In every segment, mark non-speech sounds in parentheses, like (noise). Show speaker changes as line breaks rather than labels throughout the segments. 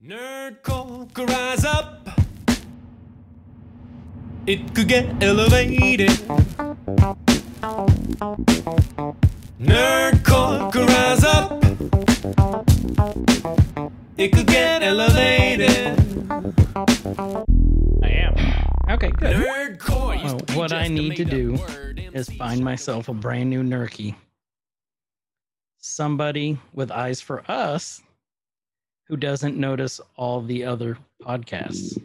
Nerd could rise up. It could get elevated. Nerd could rise up. It could get elevated.
I am.
Okay, good.
Nerd core.
Well, what I need to do Is find myself a brand new Nurky. Somebody with eyes for us who doesn't notice all the other podcasts.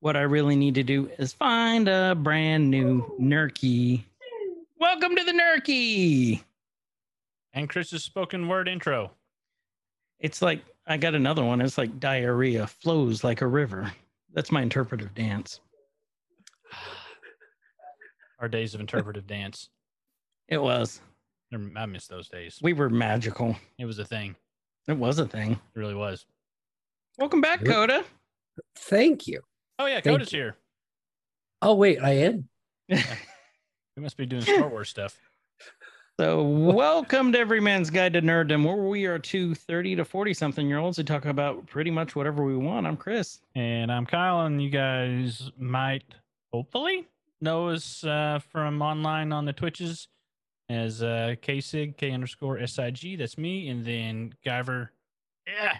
What I really need to do is find a brand new Nurky. Welcome to the Nurky.
And Chris's spoken word intro.
It's like I got another one. It's like diarrhea flows like a river. That's my interpretive dance.
Our days of interpretive (laughs) dance.
It was.
Never- I miss those days.
We were magical.
It was a thing.
It was a thing.
It really was.
Welcome back,
Yep.
Coda.
Thank you.
Oh yeah,
Thank
Coda's here.
Oh wait, I am.
(laughs) We must be doing Star Wars stuff.
So, welcome to Every Man's Guide to Nerddom, where we are two 30 to 40 something year olds who talk about pretty much whatever we want. I'm Chris.
And I'm Kyle, and you guys might hopefully know us uh, from online on the Twitches as uh, KSIG, K underscore SIG. That's me. And then Guyver, yeah,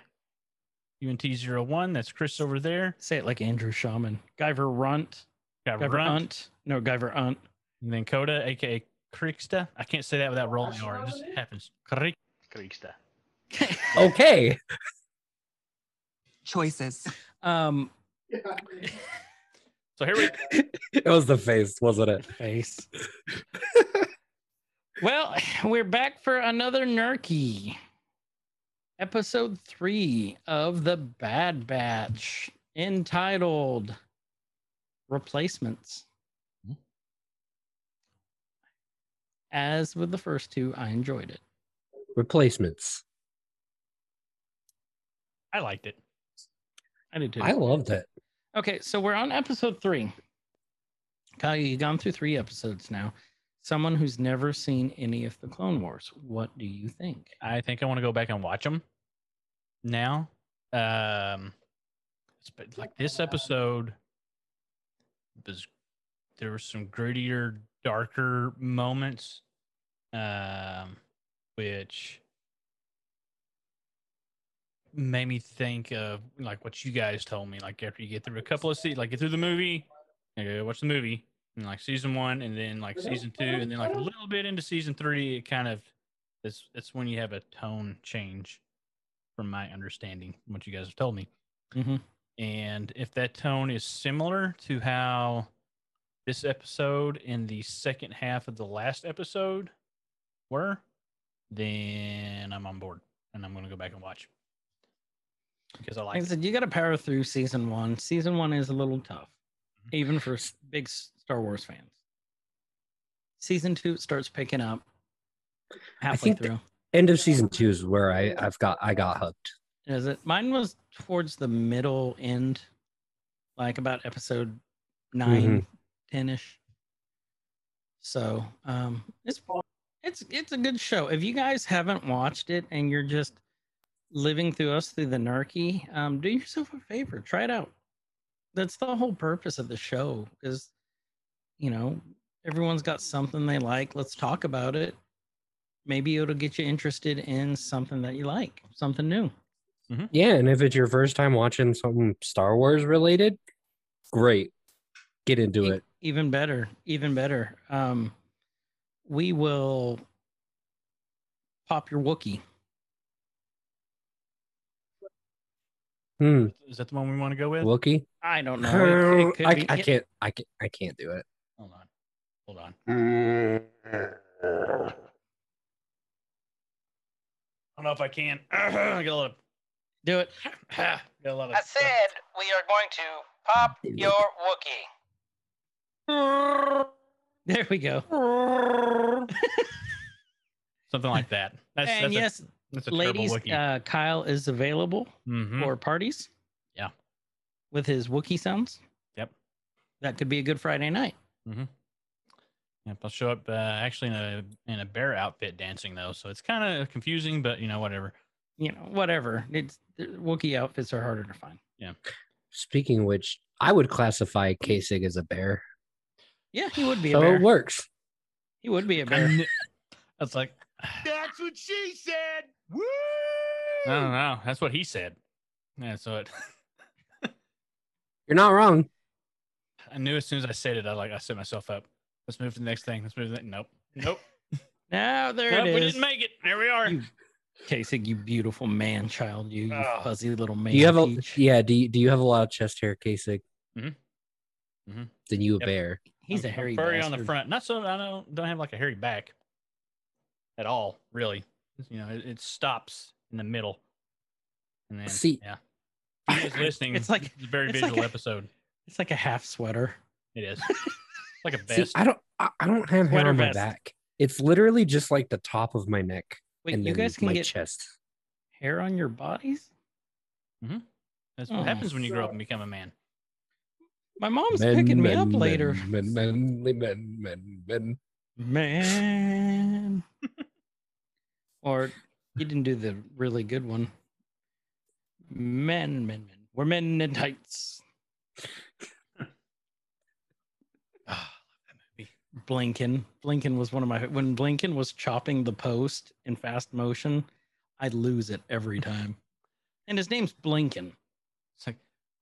UNT01. That's Chris over there.
Say it like Andrew Shaman. Guyver Runt.
Guyver,
Guyver
Runt.
Unt. No, Guyver Unt.
And then Coda, aka Kriksta. I can't say that without rolling the R. It just happens. Krik- Kriksta.
Okay. (laughs)
choices.
Um,
So here we
It was the face, wasn't it?
face. (laughs) well, we're back for another Nurky. Episode three of The Bad Batch, entitled Replacements. As with the first two, I enjoyed it.
Replacements.
I liked it.
I did too.
I loved it.
Okay, so we're on episode three. Kyle, you've gone through three episodes now. Someone who's never seen any of the Clone Wars, what do you think?
I think I want to go back and watch them now. Um, it's been- like this episode was there were some grittier, darker moments, um, which made me think of like what you guys told me. Like after you get through a couple of seasons, like get through the movie, and go watch the movie, and like season one, and then like season two, and then like a little bit into season three, it kind of it's it's when you have a tone change, from my understanding, from what you guys have told me.
Mhm.
And if that tone is similar to how this episode and the second half of the last episode were, then I'm on board and I'm going to go back and watch because I
Like
like
I
it.
said, you got to power through season one. Season one is a little tough, even for s- big s- Star Wars fans. Season two starts picking up halfway
think th-
through.
End of season two is where I I've got I got hooked.
Is it? Mine was towards the middle end, like about episode nine, ten ish. So um, it's it's it's a good show. If you guys haven't watched it and you're just living through us through the narky, um, do yourself a favor, try it out. That's the whole purpose of the show. Is you know everyone's got something they like. Let's talk about it. Maybe it'll get you interested in something that you like, something new.
(laughs) Yeah, and if it's your first time watching something Star Wars related, great. Get into
E-
it.
Even better, even better. Um, we will pop your Wookie.
Hmm.
Is that the one we want to go with?
Wookie.
I don't know. It, it
I,
could
I
be- it-
can't I can't I can't do it.
Hold on. Hold on. I don't know if I can. (clears throat) I got a lot of.
do it. (laughs)
got a lot of
I
stuff.
said we are going to pop your Wookiee.
There we go.
Something like that. That's,
and
that's a-
yes,
That's a
ladies,
terrible wiki.
uh, Kyle is available
Mhm.
for parties.
Yeah.
with his Wookie sounds.
Yep. That
That could be a good Friday night.
Yep, I'll show up uh, actually in a in a bear outfit dancing though, so it's kind of confusing, but you know whatever.
you know, whatever. It's the Wookiee outfits are harder to find.
Speaking of which, I would classify Kasich as a bear.
Yeah, he would be a
So
bear.
it works.
He would be a
I
bear.
kn- That's like
That's what she said. Woo!
I
Oh.
don't know. That's what he said. Yeah, so it, (laughs)
You're not wrong.
I knew as soon as I said it, I like I set myself up. Let's move to the next thing. Let's move to the nope, nope,
Now there
nope.
it
We
is.
didn't make it. There we are.
You- Kasich, you beautiful man child, you, you
Ugh.
fuzzy little man.
Do you have a
peach.
yeah? Do you, do you have a lot of chest hair, Kasich?
Mhm.
Mm-hmm.
Mhm.
Then you a
Yep.
bear.
He's
I'm-
a
I'm
hairy
furry on the
bastard.
front. Not so I don't don't have like a hairy back at all, really. You know, it, it stops in the middle. And then,
See-
yeah. For you guys listening,
It's like-
it's a very
it's like
visual
a-
episode.
It's like a half sweater. (laughs)
It is It's like a
See,
vest.
I don't I, I don't have hair
Sweater
on my
vest.
back. It's literally just like the top of my neck
Wait,
and
you
then
guys can
my
get
chest.
hair on your bodies?
That's what
Oh,
happens when you grow up and become a man.
My mom's
Men,
picking me
men,
up
men,
later.
men, men, men, men, men.
Man. (laughs) or you didn't do the really good one. Men, men, men. We're men in tights. Blinken. Blinken was one of my when Blinken was chopping the post in fast motion, I lose it
(laughs)
every time. and his name's Blinken.
It's like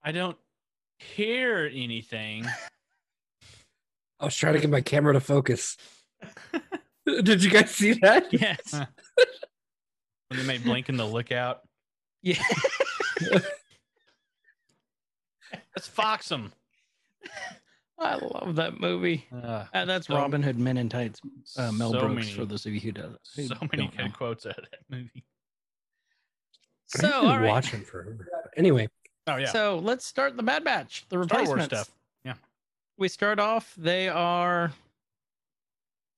I don't hear anything.
I was trying to get my camera
(laughs)
to focus. Did you guys see that?
Yes.
When they made Blinken the lookout.
(laughs) yeah. (laughs)
Let's fox him.
I love that movie.
Uh,
Uh, that's
So-
Robin Hood Men in Tights. Uh, Mel
so
Brooks,
many,
for those of you who don't. Who
so many
don't know.
good quotes out of that movie.
So,
(laughs) I've been
all right.
watching forever. Anyway,
Oh yeah.
So let's start the Bad Batch, the
Star Wars
replacements.
stuff. Yeah.
We start off. They are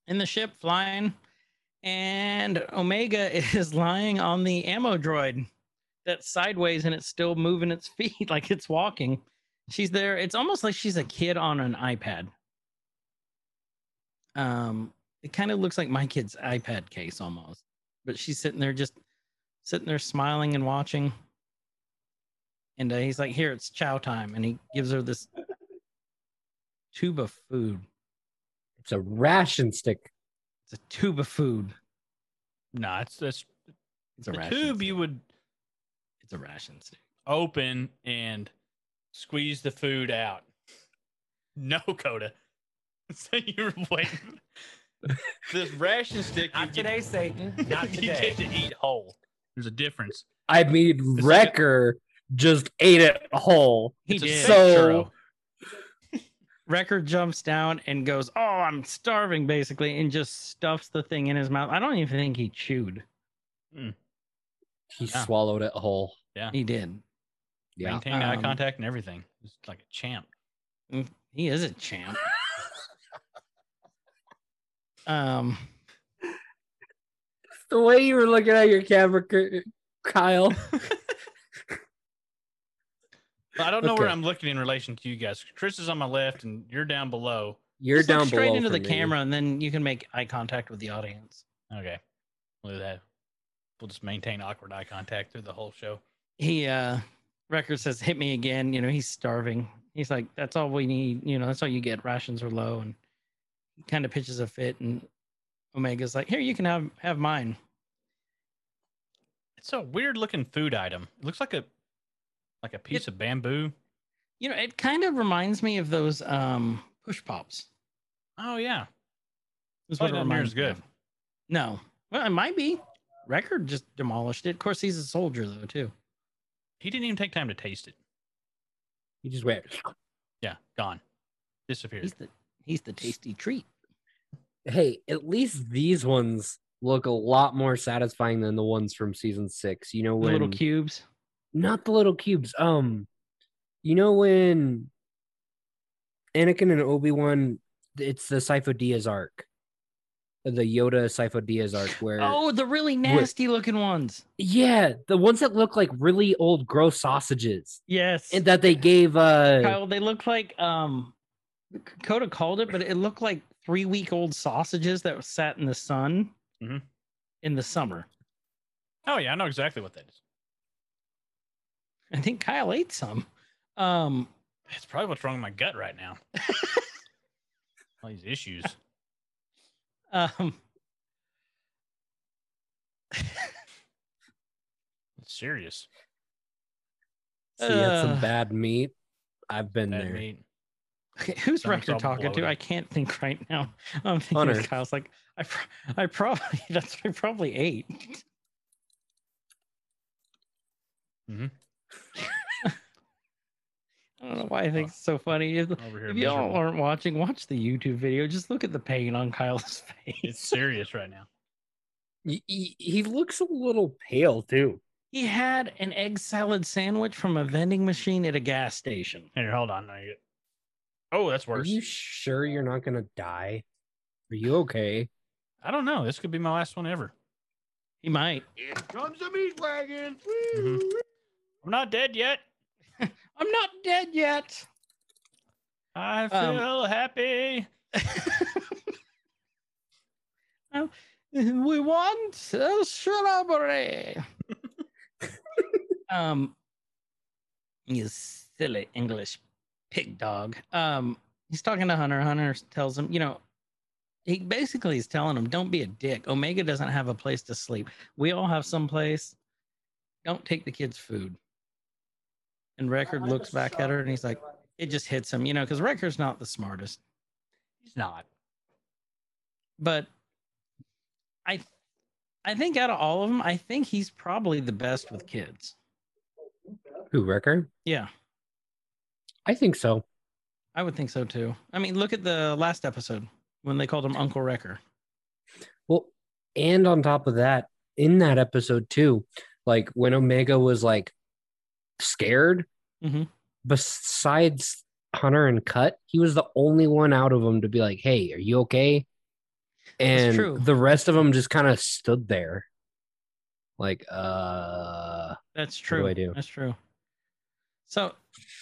in the ship flying, and Omega (laughs) is lying on the ammo droid that's sideways and it's still moving its (laughs) feet like it's walking. She's there. It's almost like she's a kid on an iPad. Um, it kind of looks like my kid's iPad case almost, but she's sitting there just sitting there smiling and watching. And uh, he's like, "Here, it's chow time," and he gives her this tube of food.
it's a ration stick.
It's a tube of food.
No, it's that's
It's a
the
ration.
tube
stick.
you would
It's a ration stick.
open and squeeze the food out. (laughs) No, Coda. (laughs) So you're waiting. this ration stick. You get,
Satan.
(laughs)
(laughs) you get to eat whole. There's a difference.
I mean,
like a-
Wrecker just ate it whole.
He
It's a
did.
fake
So-
churro.
Wrecker jumps down and goes, "Oh, I'm starving," basically, and just stuffs the thing in his mouth. I don't even think he chewed.
He
Yeah.
swallowed it whole.
He did.
Yeah.
maintained eye
Um,
contact and everything. It's like a champ.
Mm, He is a champ. um.
The way you were looking at your camera, K-
(laughs)
Kyle.
But I don't know where
Okay.
I'm looking in relation to you guys. Chris is on my left and you're down below.
You're
just look
down
straight
below
into
for
the
me.
camera, and then you can make eye contact with the audience.
Okay. We'll do that. We'll just maintain awkward eye contact through the whole show.
he uh record says hit me again you know he's starving he's like that's all we need you know that's all you get rations are low and he kind of pitches a fit and omega's like here you can have have mine
It's a weird looking food item. It looks like a like a piece of bamboo.
you know it kind of reminds me of those um push pops
Oh yeah.
Oh, is
Probably not near as
me
good.
of. no well it might be record just demolished it of course he's a soldier though too
He didn't even take time to taste it.
You just went.
Yeah, gone. Disappeared.
he's the he's the tasty treat
Hey, at least these ones look a lot more satisfying than the ones from season six. You know
the
when
little cubes
not the little cubes. Um, you know when Anakin and Obi Wan, it's the Sifo Dyas arc, the Yoda Sifo Dyas arc,
(laughs)
where
oh the really nasty looking ones
yeah, the ones that look like really old, gross sausages
yes
and that they gave uh
Kyle, they look like um C- Coda called it, but it looked like three week old sausages that was sat in the sun
Mhm.
in the summer.
Oh yeah, I know exactly what that is.
I think Kyle ate some. Um,
That's probably what's wrong with my gut right now. All these issues.
um,
It's serious.
See, that's some
Uh,
bad meat. I've been
Bad
there.
meat.
okay, who's
Stomach's
Rector
all
talking to?
bloated.
I can't think right now. I'm thinking
Hunter.
of Kyle's like, I, pro- I probably, (laughs) that's what I probably ate.
Mhm.
(laughs) I don't know why I think it's so funny. If,
Over here.
if y'all
miserable.
aren't watching, watch the YouTube video. Just look at the pain on Kyle's (laughs)
It's
face.
serious right now.
He, he- he looks a little pale too.
He had an egg salad sandwich from a vending machine at a gas station.
Here, hold on. I get... Oh, that's
Are
worse.
you sure you're not gonna die? Are you okay?
I don't know. This could be my last one ever.
He might.
Here comes the meat wagon.
Mhm.
Woo!
I'm not dead yet.
I'm not dead yet.
I
Um,
feel happy.
(laughs) we want a shrubbery. um, you silly English pig dog. Um, he's talking to Hunter. Hunter tells him, you know, he basically is telling him, don't be a dick. Omega doesn't have a place to sleep. We all have some place. Don't take the kids' food. And Record looks back at her and he's like, it just hits him, you know, because Record's not the smartest
He's not.
but I I think out of all of them, I think he's probably the best with kids.
Who Wrecker?
Yeah,
I think so.
I would think so too. I mean, look at the last episode when they called him Uncle Wrecker.
Well, and on top of that, in that episode too, like when Omega was like scared,
Mhm.
besides Hunter and Cut, he was the only one out of them to be like, "Hey, are you okay?" And
true.
the rest of them just kind of stood there, like, "Uh,
That's
do
true.
I do?
That's true. So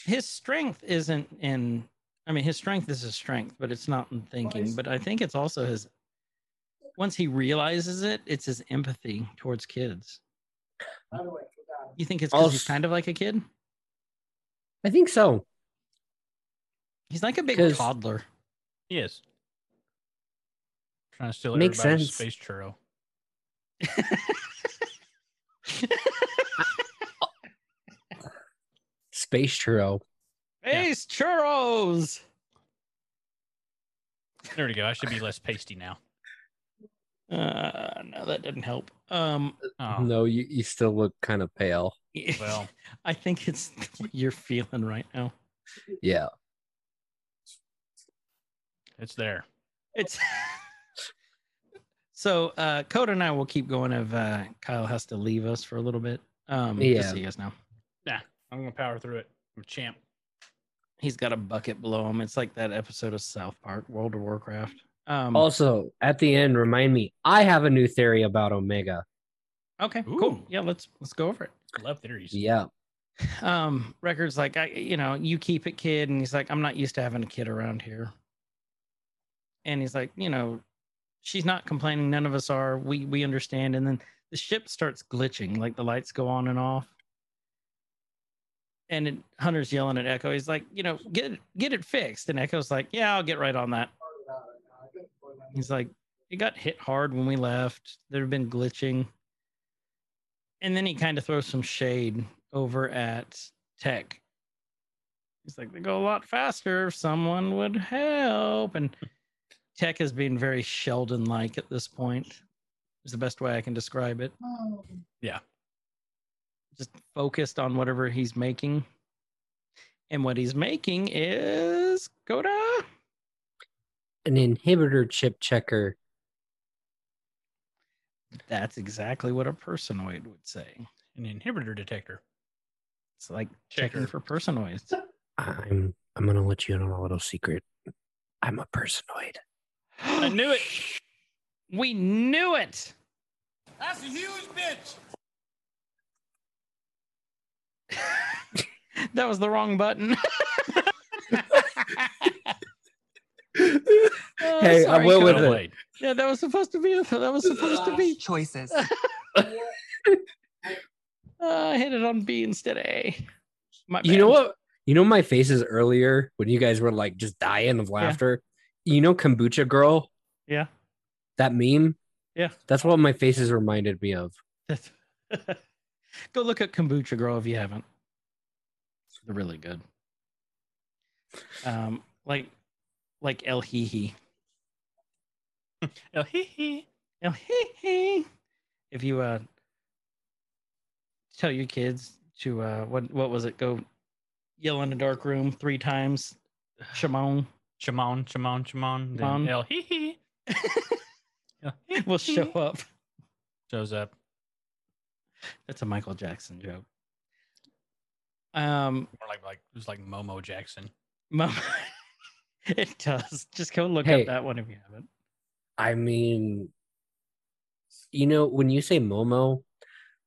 his strength isn't in. I mean, his strength is his strength, but it's not in thinking. But I think it's also his. Once he realizes it, it's his empathy towards kids. You think it's because he's
Also-
kind of like a kid?
I think so."
He's like a big
'Cause-
toddler.
He is. Trying to steal
Makes
everybody's
sense.
space churro.
Space churro.
Yeah.
Ace churros.
There we go. I should be less pasty now.
Uh, no, that didn't help. Um,
Oh,
No, you, you still look kind of pale.
well.
(laughs) I think it's (laughs) what you're feeling right now.
Yeah.
It's there.
It's (laughs) so uh, Coda and I will keep going if uh, Kyle has to leave us for a little bit. Um, yeah,
Yeah.
see you guys now.
I'm gonna power through it. I'm a champ.
He's got a bucket below him. It's like that episode of South Park, World of Warcraft. Um,
Also, at the end, remind me, I have a new theory about Omega.
okay, cool.
Ooh.
Yeah, let's let's go over it.
Love theories.
Yeah.
um records like i you know you keep it kid and he's like i'm not used to having a kid around here and he's like you know she's not complaining none of us are we we understand and then the ship starts glitching like the lights go on and off and it, hunter's yelling at echo he's like you know get it get it fixed and echo's like yeah i'll get right on that he's like it got hit hard when we left there have been glitching and then he kind of throws some shade over at Tech. He's like, they go a lot faster if someone would help. And Tech is being very Sheldon like at this point, is the best way I can describe it.
Yeah.
Just focused on whatever he's making. And what he's making is Coda.
An inhibitor chip checker.
That's exactly what a personoid would say.
An inhibitor detector.
It's like
Checker.
checking for personoids. (gasps)
I'm I'm gonna let you in on a little secret. I'm a personoid.
I knew it.
We knew it.
That's a huge bitch.
that was the wrong button. (laughs) Oh,
Hey, I
sorry,
went with
Cody.
it.
Blade.
Yeah, that was supposed to be. That was supposed to be.
choices.
Uh, I hit it on B instead of A. My
You know
bad.
what? You know my faces earlier when you guys were like just dying of laughter. You know kombucha girl,
Yeah.
that meme.
Yeah.
that's what my faces reminded me of.
That's- (laughs) Go look at Kombucha Girl if you haven't. They're really good. Um, like, like El Hee
(laughs)
Hee.
Oh, hee hee.
El Hee Hee. If you uh tell your kids to uh what what was it? Go yell in a dark room three times. Shimon
Shimon, Shimon,
Shimon.
Shimon. Then El hee hee. El hee
(laughs)
will show
hee
up.
Shows up.
That's a Michael Jackson joke. Um, (laughs)
Or like like it was like Momo Jackson.
Mom, it does. Just go look
Hey.
up that one if you haven't.
I mean, you know, when you say Momo,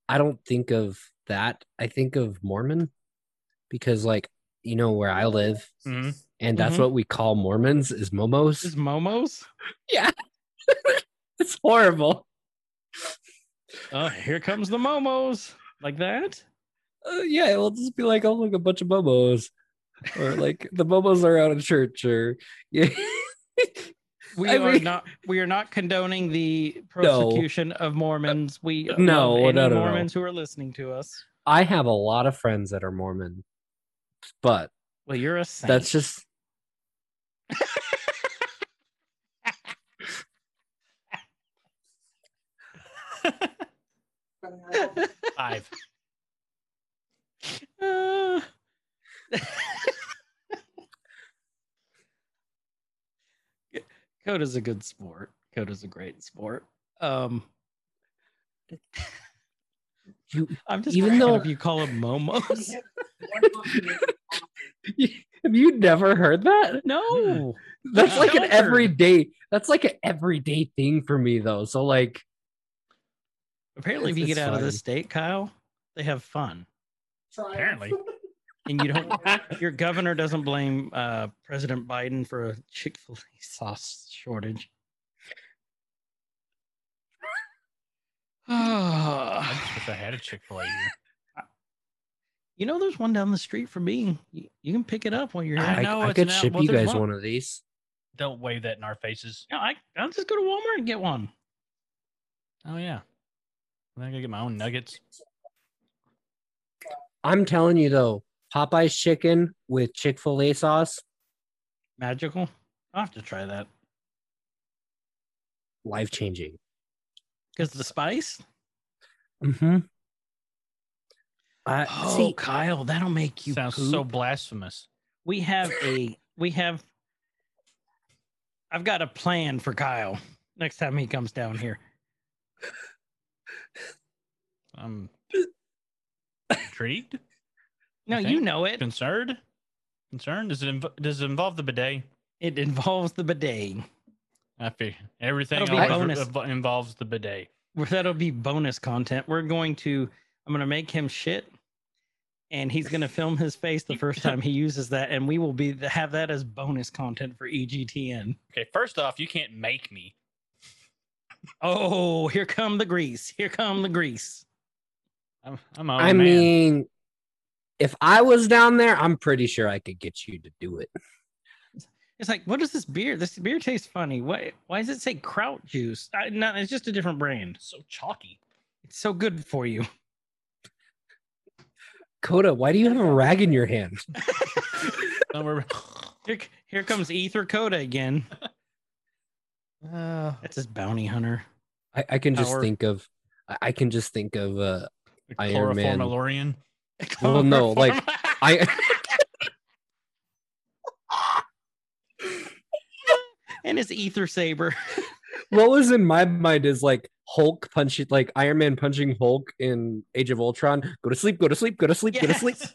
I don't think of that. I think of Mormon because, like, you know, where I live,
Mhm.
and that's
Mhm.
what we call Mormons is
Is
Momos.
Momo's?
Yeah, (laughs) it's horrible.
Oh, here comes the Momos. Like that?
Uh, yeah, it'll just be like, oh, look, a bunch of Momos, or like the Momos are out of church, or (laughs) yeah.
We
I
are
mean-
not we are not condoning the persecution of Mormons. We love
no,
any
no, no, no.
Mormons who are listening to us.
I have a lot of friends that are Mormon, but
Well, you're a saint.
that's just (laughs)
(laughs)
Five.
Uh, Coda's a good sport. Coda's a great sport. Um,
You-
I'm just
even
even though
though-
if you call him Momos,
have you never heard that?
no,
That's
Yeah.
like an
Sheltered.
everyday. That's like an everyday thing for me though. So like,
Apparently, if
It's-
you get
it's
out of the
fine.
state, Kyle, they have fun,
(laughs) Apparently.
and you
(laughs)
don't. your governor doesn't blame uh, President Biden for a Chick Fil A (laughs) sauce shortage. (sighs)
I
Ah.
just wish I had a Chick Fil A here.
you know, there's one down the street from me. You, you can pick it up while you're here.
I
I,
know
I
it's
could
an
ship
apple
you
to the
guys
mouth.
one of these.
Don't wave that in our faces.
No, I, I'll just go to Walmart and get one.
Oh yeah. I'm gonna get my own nuggets.
I'm telling you though, Popeye's chicken with Chick Fil A sauce,
Magical. I'll have to try that
life changing.
because the spice.
Mm-hmm. I
Oh,
see.
Kyle, that'll make you
Sounds
poop.
so blasphemous.
we have a we have i've got a plan for kyle next time he comes down here
I'm intrigued,
no
Okay.
you know it
concerned, concerned. Does it inv- does it involve the bidet?
it involves the bidet
I figure everything
That'll be
always
bonus.
inv- involves the bidet.
Well, that'll be bonus content we're going to i'm going to make him shit and he's going to film his face the first time he uses that and we will be have that as bonus content for E egtn
Okay, first off, you can't make me.
oh here come the grease here come the grease
I'm, I'm my own
I
Oh, man.
mean, if I was down there, I'm pretty sure I could get you to do it.
It's like, what is this beer? This beer tastes funny. Why? Why does it say kraut juice? I, no, it's just a different brand.
so
(laughs)
chalky.
It's so good for you. (laughs)
Coda, why do you have a rag in your hand?
No, we're-
Here, c- here comes Ether Coda again.
Uh,
That's his bounty hunter.
I, I can just
Power.
think of. I- I can just think of. Uh, Iron Man.
chloroformalorian.
(laughs)
(laughs)
well, no, like I. (laughs)
and his Ether saber. (laughs)
what was in my mind is like Hulk punching, like Iron Man punching Hulk in Age of Ultron. Go to sleep, go to sleep, go to sleep, go to sleep.
Yes.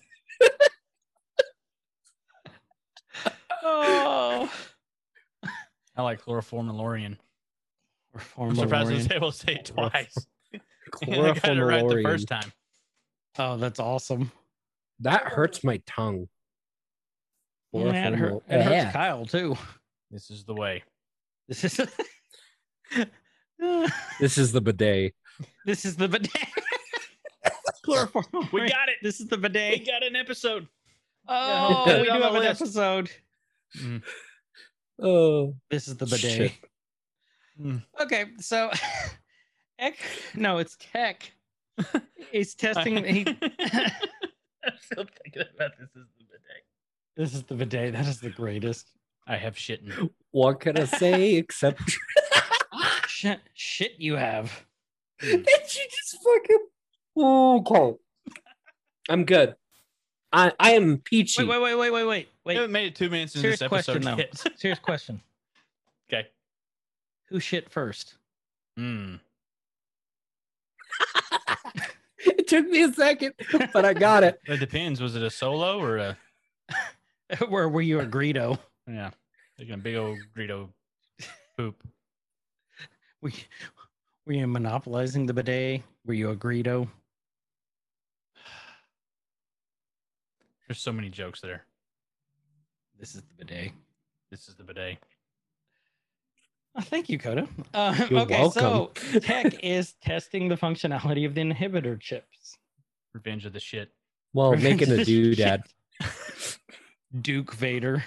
oh,
I like chloroformalorian.
reform.
I'm surprised I was able to say it twice. (laughs) (laughs) I got it right the
Chloroformalorian.
first time.
Oh, that's awesome.
That hurts my tongue.
Yeah, it hurt,
Chloroformal-
it hurts
Yeah.
Kyle too. (laughs)
This is the way.
This is. (laughs)
This is the bidet.
(laughs) This is the bidet. Chloroform.
We got it.
This is the
We
(laughs) bidet.
got an
(laughs)
episode.
Oh,
Yeah.
we do
Yeah.
have an
Yeah.
episode.
Oh,
This is the bidet.
Shit.
Hmm.
Okay, so (laughs) Eck, no, it's (laughs) Keck. He's testing. He,
(laughs) I'm still thinking about this as the bidet.
(laughs) this is the bidet. That is the greatest.
I have shit in
what can
(laughs)
I say except
Shit, shit you have.
(laughs) And she just fucking okay. I'm good. I I am peachy.
Wait, wait, wait, wait, wait, wait,
We
wait.
haven't made it two minutes in
Serious
this episode
question though.
yet.
Serious question.
(laughs) okay.
Who shit first? (laughs)
Mm.
It took me a second, but I got it.
It depends. Was it a solo or a
Where were you a Greedo? (laughs)
yeah? Like a big old Greedo poop.
Were you, were you monopolizing the bidet? Were you a Greedo?
There's so many jokes there.
This is the bidet.
This is the bidet.
Oh, thank you, Coda. Uh,
You're
okay,
welcome.
so Tech is testing the functionality of the inhibitor chips.
Revenge of the shit.
(laughs)
(laughs)
Well,
Oh,
making a
Revenge of the (laughs)
doodad.
shit. Duke Vader.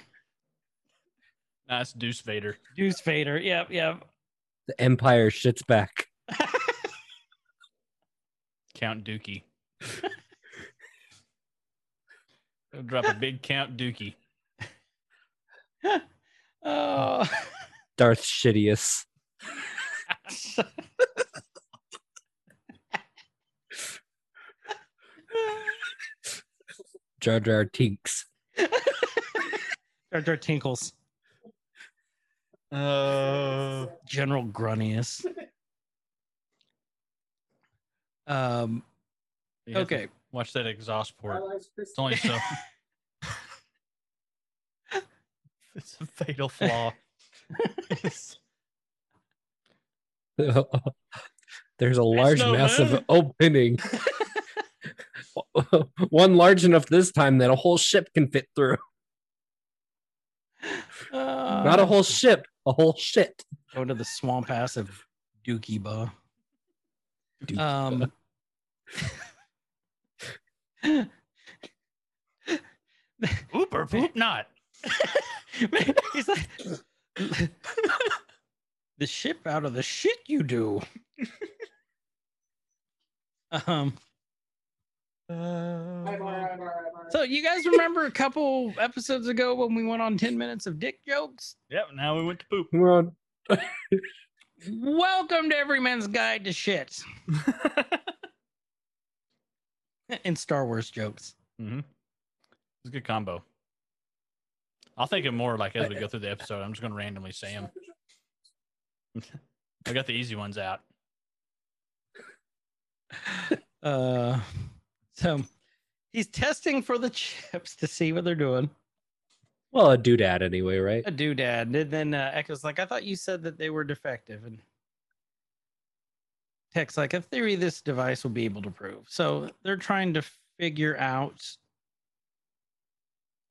Nah, it's Deuce Vader.
Deuce Vader. Yep, yep.
The Empire shits back.
Count (laughs) Dookie. I'll drop a big Count Dookie.
Oh.
Darth shittiest. Jar Jar Tinks.
Jar Jar Tinkles.
Oh.
General Grunius. Um, okay.
Watch that exhaust port. It's only (laughs) so. it's a fatal flaw.
(laughs) There's a large,
no
massive
moon. (laughs)
opening. (laughs) One large enough this time that a whole ship can fit through.
Uh,
Not a
Uh,
whole ship, a whole shit.
Go to the swamp ass of Dookie Ba.
Dookie
uh,
(laughs) Um,
Oop or poop not.
he's like, the ship out of the shit you do. um, so you guys remember a couple episodes ago when we went on 10 minutes of dick jokes?
Yep, now we went to poop.
We're on
Welcome to Every Man's Guide to Shit. (laughs) and Star Wars jokes.
Mm-hmm. It's a good combo. I'll think of more like as we go through the episode. I'm just going to randomly say them. I got the easy ones out.
Uh, so he's testing for the (laughs) chips to see what they're doing.
Well, a doodad anyway, right?
A doodad. And then uh, Echo's like, I thought you said that they were defective. And Tech's like, a theory this device will be able to prove. So they're trying to figure out.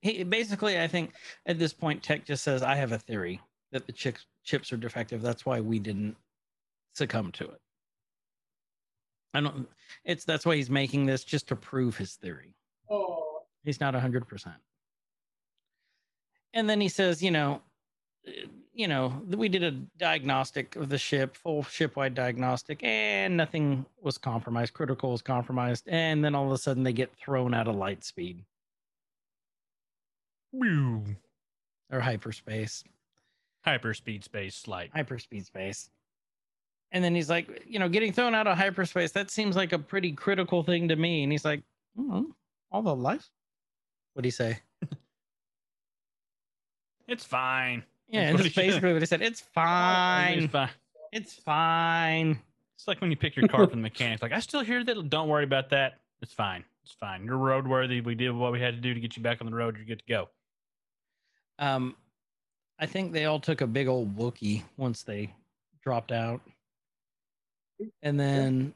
He basically, I think at this point, Tech just says, I have a theory that the chips chips are defective. That's why we didn't succumb to it. I don't. It's that's why he's making this just to prove his theory. He's not hundred percent and then he says, you know, uh, you know, th- we did a diagnostic of the ship, full ship-wide diagnostic, and nothing was compromised. Critical was compromised, and then all of a sudden they get thrown out of light speed or hyperspace,
Hyper speed space light.
hyperspeed space. And then he's like, you know, getting thrown out of hyperspace, that seems like a pretty critical thing to me. And he's like, mm, all the life. What'd he say?
It's fine.
Yeah,
That's
it's
what he-
basically what he said. It's fine.
It's fine.
It's fine.
It's like when you pick your car from the mechanic. Like, I still hear that. Don't worry about that. It's fine. It's fine. You're roadworthy. We did what we had to do to get you back on the road. You're good to go.
Um, I think they all took a big old Wookie once they dropped out, and then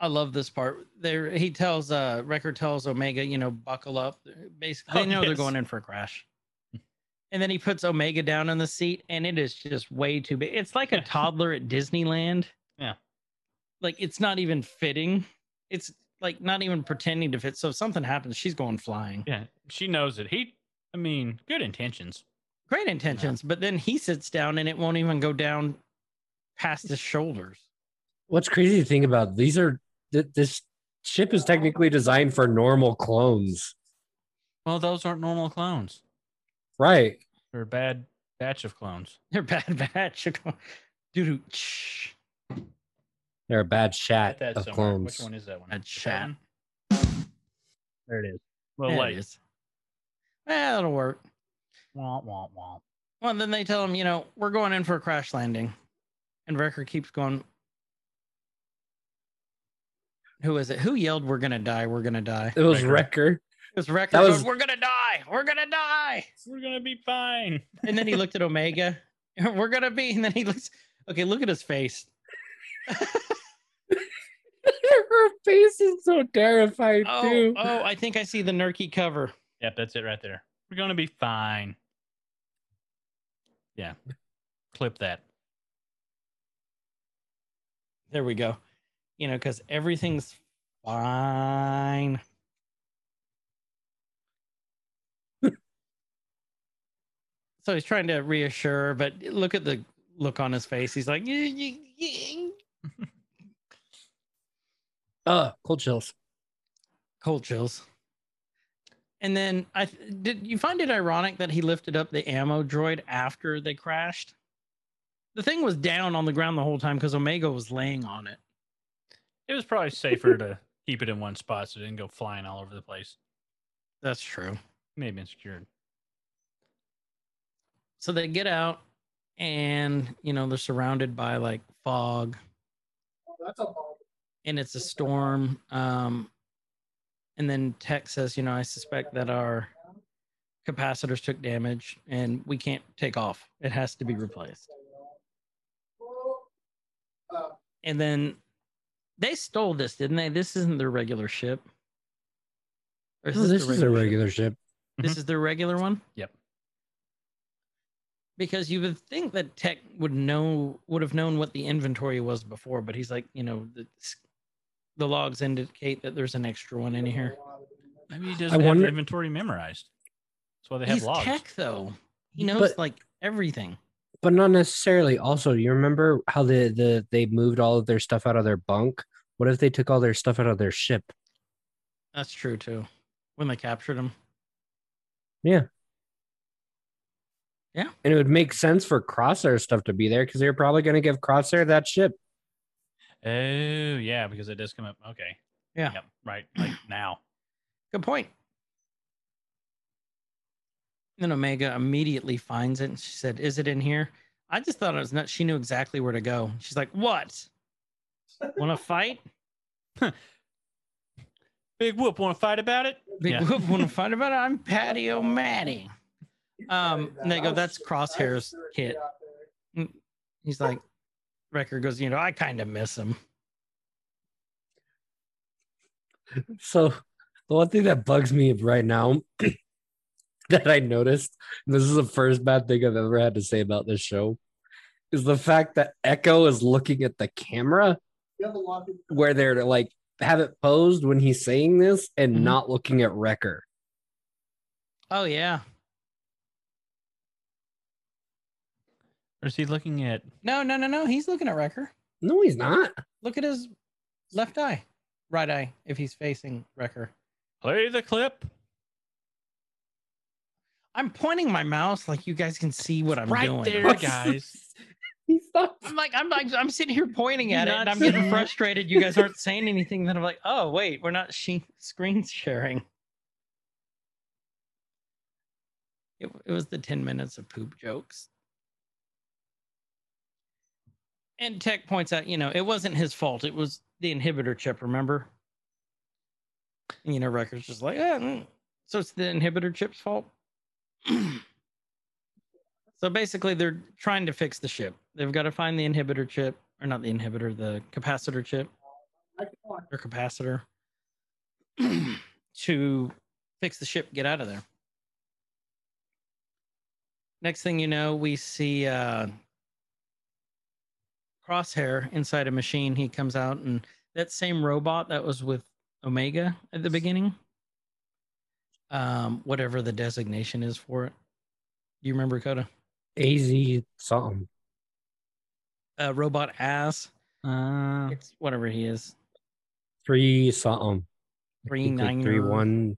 I love this part. There, he tells uh, Record tells Omega, you know, buckle up. Basically,
Oh,
they know they're
yes.
going in for a crash. And then he puts Omega down in the
(laughs)
seat, and it is just way too big. It's like a toddler at Disneyland.
Yeah.
like it's not even fitting. It's like not even pretending to fit. So if something happens, she's going flying.
Yeah, she knows it. He, I mean, good intentions.
Great intentions, but then he sits down and it won't even go down past his shoulders. (laughs)
What's crazy to think about? These are th- this ship is technically designed for normal clones,
Well, those aren't normal clones.
right?
They're a bad batch of clones.
They're bad batch. Dude, shh.
They're a bad
Got
chat
that
of
somewhere.
clones.
Which one is that one?
A
Is that
chat.
one? There it is.
There
Well,
it
like,
is. Eh, that'll work.
womp, womp, womp.
Well, then they tell him, you know, we're going in for a crash landing. And Wrecker keeps going. Who is it? Who yelled, We're gonna die, we're gonna die?
It was
Wrecker.
Wrecker.
It was Wrecker
That
going,
was-
We're gonna die, we're gonna die.
We're gonna be fine.
And then he looked at Omega. (laughs) We're gonna be, and then he looks okay, look at his face.
(laughs) Her face is so terrified
Oh,
too.
oh, I think I see the Nerky cover.
Yep, that's it right there. We're gonna be fine. Yeah, clip that.
There we go. You know, because everything's fine. so he's trying to reassure, her, but look at the look on his face. He's like, "Yeah, yeah, yeah."
Uh, cold chills.
cold chills. And then I th- did you find it ironic that he lifted up the ammo droid after they crashed? The thing was down on the ground the whole time because Omega was laying on it.
It was probably safer to keep it in one spot so it didn't go flying all over the place.
That's true.
May have been secured.
so they get out and you know they're surrounded by like fog and it's a storm um and then tech says you know i suspect that our capacitors took damage and we can't take off it has to be replaced and then they stole this didn't they this isn't their regular ship or
Oh, this
the
is a regular ship.
this is their regular one?
Yep.
Because you would think that Tech would know would have known what the inventory was before, but he's like, you know, the, the logs indicate that there's an extra one in here.
Maybe he doesn't have
wonder-
the inventory memorized. That's why they have
He's
logs.
Tech though. He knows
But-
like everything.
But not necessarily. Also, you remember how the, the they moved all of their stuff out of their bunk? What if they took all their stuff out of their ship?
That's true too. When they captured him.
And it would make sense for Crosshair stuff to be there because they're probably going to give Crosshair that ship.
Oh yeah, because it does come up. Okay.
Yeah.
Yep, right. Like (clears throat) now.
Good point. Then Omega immediately finds it and she said, Is it in here? I just thought it was nuts. She knew exactly where to go. She's like, What? Want to (laughs) fight?
Big whoop. Want to fight about it?
Big
Yeah.
whoop. Want to fight about it? I'm Patty O'Matty. Um, and they go, That's Crosshair's kid. Mm, He's like, Record goes, You know, I kind of miss him.
So, the one thing that bugs me right now (clears throat) that I noticed, and this is the first bad thing I've ever had to say about this show, is the fact that Echo is looking at the camera where they're to, like have it posed when he's saying this and
Mhm.
not looking at Wrecker.
Oh, yeah.
Or is he looking at?
No, no, no, no. He's looking at Wrecker.
No, he's not.
Look at his left eye, right eye, if he's facing Wrecker.
Play the clip.
I'm pointing my mouse like you guys can see what I'm
right
doing.
there, guys.
He's not.
I'm like, I'm like, I'm sitting here pointing at it, and
Not
I'm getting
seeing-
frustrated. You guys aren't saying anything. Then I'm like, oh wait, we're not she- screen sharing. It, it was the ten minutes of poop jokes. And Tech points out, you know, it wasn't his fault. It was the inhibitor chip. Remember? And, you know, records just like, "Ah, mm." so it's the inhibitor chip's fault. (clears throat) So basically, they're trying to fix the ship. They've got to find the inhibitor chip, or not the inhibitor, the capacitor chip, or capacitor, to fix the ship, get out of there. Next thing you know, we see uh, Crosshair inside a machine. He comes out, and that same robot that was with Omega at the beginning, um, whatever the designation is for it. Do you remember, Coda?
AZ something.
Uh, robot ass.
Uh,
It's whatever he is.
Three something.
Three nine
three one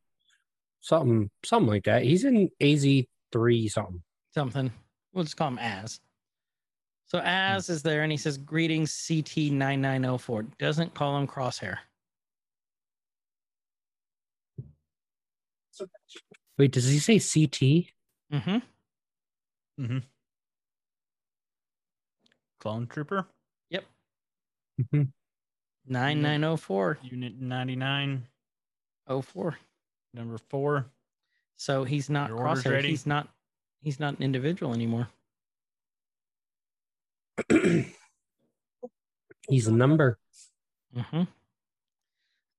something something like that. He's in AZ three something.
something. We'll just call him Az. So Az is there and he says, Greetings, CT9904. Doesn't call him Crosshair.
Wait, does he say CT?
Mm-hmm.
Clone Trooper,
9904.
Unit 99,
04.
number four.
So he's not
Your order's
Crosshair.
ready.
He's not he's not an individual anymore.
He's a number.
(clears throat)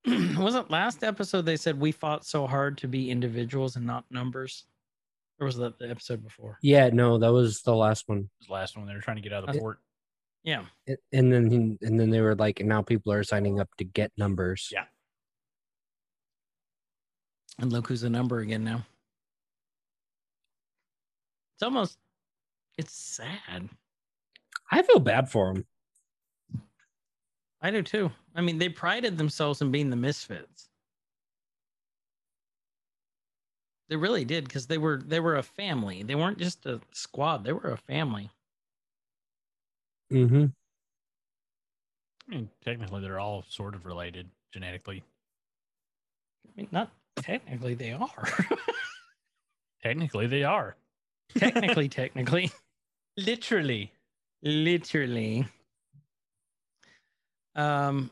Mm-hmm. Wasn't last episode they said we fought so hard to be individuals and not numbers? Or was that the episode before?
Yeah, no, that was the last one.
It was the last one. They were trying to get out of
Okay.
the port.
Yeah.
A- And then he- and then they were like, and now people are signing up to get numbers.
Yeah.
And look who's a number again now. It's almost it's sad.
I feel bad for him.
I do too. I mean, they prided themselves in being the misfits. They really did because they were they were a family. They weren't just a squad. They were a family.
Mm-hmm.
I mean, technically, they're all sort of related genetically.
I mean, not technically they are. (laughs)
Technically, they are.
technically, technically.
Literally.
literally um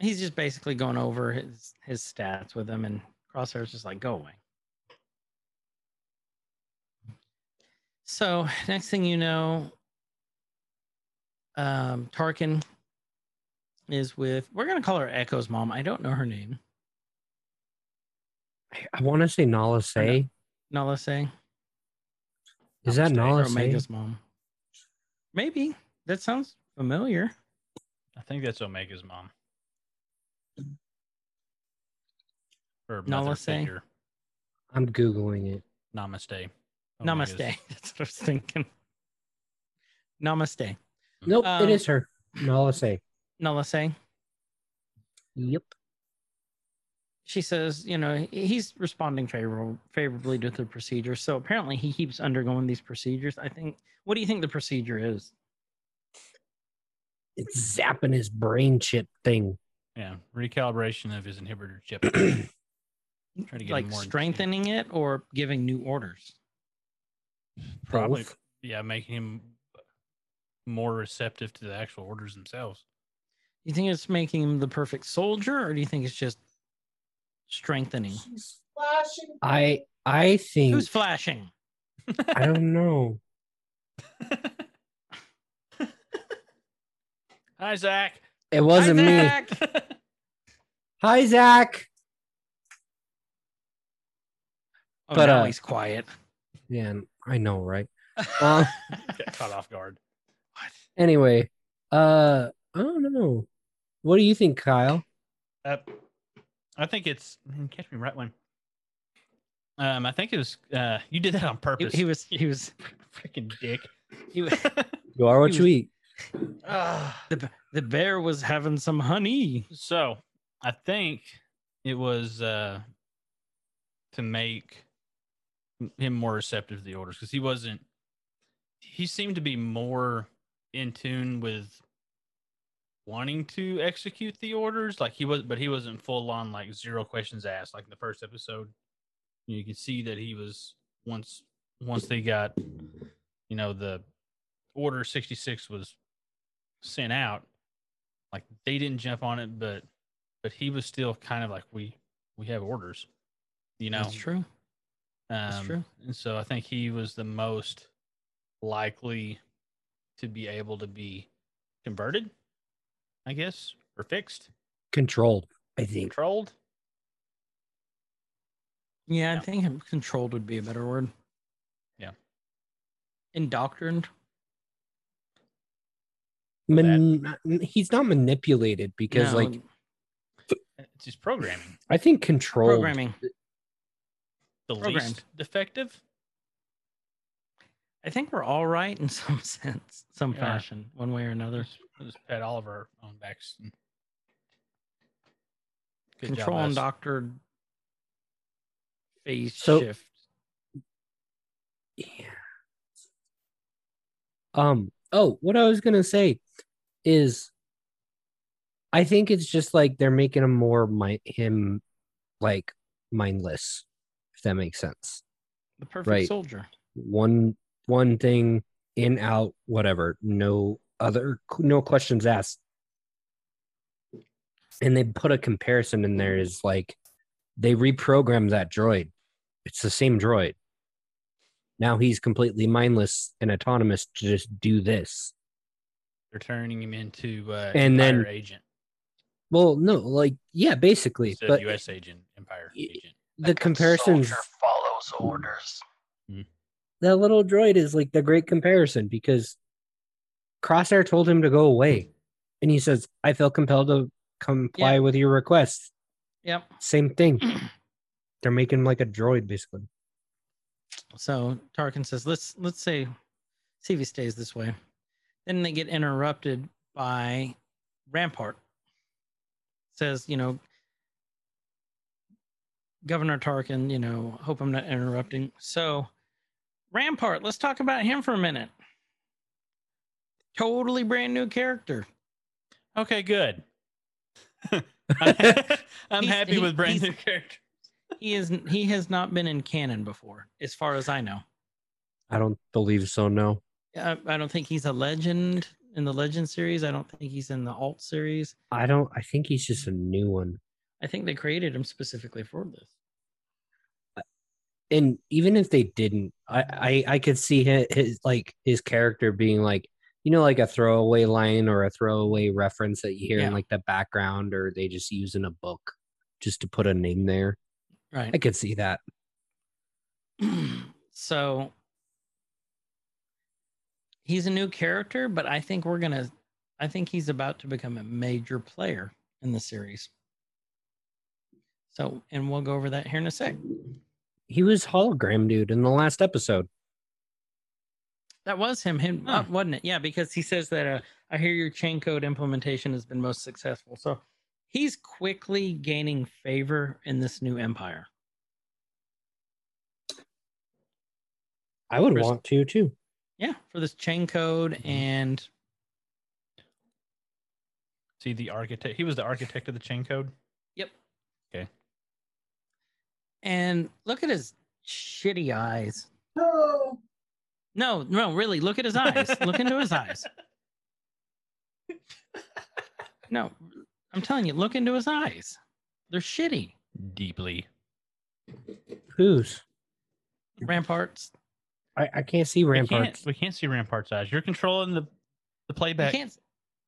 he's just basically going over his his stats with him and crosshair's just like go away so next thing you know um tarkin is with we're gonna call her echo's mom i don't know her name
I, I want to say Nala Say.
nala say
Is that Nala
Nala
Say?
omega's mom maybe that sounds familiar
I think that's Omega's mom. Or
Namaste.
mother figure.
I'm googling it.
Namaste. Omega's-
Namaste. (laughs) That's what I was thinking. Namaste.
Nope,
Um,
it is her. Nala Say.
Namaste.
Yep.
She says, you know, he's responding favorable, favorably to the procedure. So apparently he keeps undergoing these procedures. I think, what do you think the procedure is?
It's zapping his brain chip thing.
Yeah. Recalibration of his inhibitor
(clears throat)
chip. Trying to get
Like
him more
strengthening it or giving new orders?
Probably.
Both.
Yeah, making him more receptive to the actual orders themselves.
You think it's making him the perfect soldier or do you think it's just strengthening?
I I think
Who's flashing? (laughs)
I don't know.
Hi, Zach.
It wasn't me. (laughs)
Isaac!
Hi Zach.
Oh,
But,
now
uh,
he's quiet.
Yeah, I know, right? Uh,
Got caught off guard.
anyway, uh, I don't know. What do you think, Kyle?
Uh, I think it's man, catch me right when. Um, I think it was uh, you did that
(laughs)
on
He,
purpose.
he was, he was,
(laughs) freaking dick.
he was.
You are what
He
you
was-
eat.
The, b- the bear was having some honey.
(laughs) So I think it was uh, to make him more receptive to the orders because he wasn't. He seemed to be more in tune with wanting to execute the orders. Like he was, but he wasn't full on like zero questions asked. Like in the first episode, you could see that he was once once they got, you know, the order sixty six was sent out like they didn't jump on it, but but he was still kind of like we we have orders, you know.
That's true.
That's
true.
And so I think he was the most likely to be able to be converted, I guess, or fixed,
Controlled, I think.
controlled.
Yeah, I
Yeah.
think controlled would be a better word.
Yeah.
Indoctrined.
Man, he's not manipulated because
No,
like
It's just programming.
I think control.
programming.
The
Programmed.
least defective.
I think we're all right in (laughs) some sense, some
Yeah.
fashion, one way or another.
Let's, let's pat all of our own backs. and- Good job,
Control and
us.
doctor phase
So-
shift.
Yeah. Um. Oh, what I was gonna say is, I think it's just like they're making him more mi- him like mindless, if that makes sense.
The perfect
Right.
soldier.
One one thing in out whatever. No other no questions asked. And they put a comparison in there is like they reprogrammed that droid. It's the same droid. Now he's completely mindless and autonomous to just do this.
They're turning him into uh,
And then-
Empire agent
Well, no, like yeah, basically.
instead
but
of U.S. agent, Empire
Y-
agent.
the comparisons
Soldier follows orders.
that little droid is like the great comparison because Crosshair told him to go away, and he says, "I feel compelled to comply
Yeah.
with your request."
Yep.
Same
(clears throat)
thing. They're making him like a droid, basically.
So Tarkin says, "Let's let's say, see if he stays this way." Then they get interrupted by Rampart. Says, you know, Governor Tarkin. You know, hope I'm not interrupting. So, Rampart, let's talk about him for a minute. Totally brand new character.
Okay, good. I'm, (laughs) I'm
He's-
happy
he-
with brand
he's-
new character.
He is he has not been in canon before, as far as I know.
I don't believe so. No.
I, I don't think he's a legend in the legend series. I don't think he's in the alt series.
I don't. I think he's just a new one.
I think they created him specifically for this.
And even if they didn't, I I, I could see his, his like his character being like you know like a throwaway line or a throwaway reference that you hear
Yeah.
in like the background or they just use in a book just to put a name there. I
Right.
could see that.
(clears throat) so he's a new character, but I think we're gonna I think he's about to become a major player in the series. So and we'll go over that here in a sec.
He was hologram dude in the last episode.
That was him, him
Huh.
uh, wasn't it? Yeah, because he says that uh, I hear your chain code implementation has been most successful. So he's quickly gaining favor in this new empire.
I would
Chris-
want to too.
Yeah, for this chain code and
See the architect. He was the architect of the chain code.
and look at his shitty eyes. No, no, really, look at his eyes. look into his eyes. No, I'm telling you, look into his eyes. They're shitty.
Deeply.
Who's?
Ramparts.
I, I can't see
We can't,
Rampart.
we can't see Rampart's eyes. You're controlling the the
You
playback.
can't.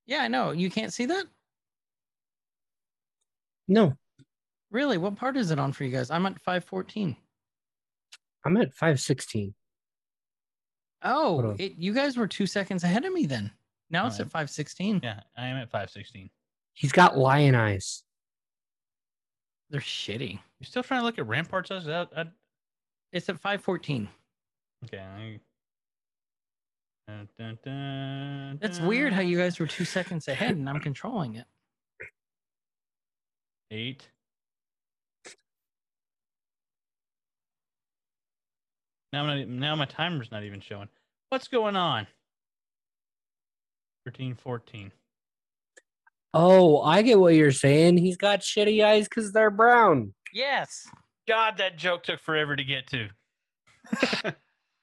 Yeah, I know. You can't see that.
No,
Really? What part is it on for you guys? I'm at 514.
I'm at five sixteen.
Oh,
on.
it, you guys were two seconds ahead of me then. Now it's
Alright.
at 516.
Yeah, I am at five sixteen.
He's got lion eyes.
They're shitty.
You're still trying to look at Rampart's eyes? I, I,
It's at 514.
okay. I- Dun, dun, dun,
That's weird how you
dun.
guys were two seconds ahead and I'm controlling it.
Eight. Now, I'm not, even- now my timer's not even showing. What's going on? 13, 14.
Oh, I get what you're saying. He's got shitty eyes because they're brown.
Yes.
God, that joke took forever to get to.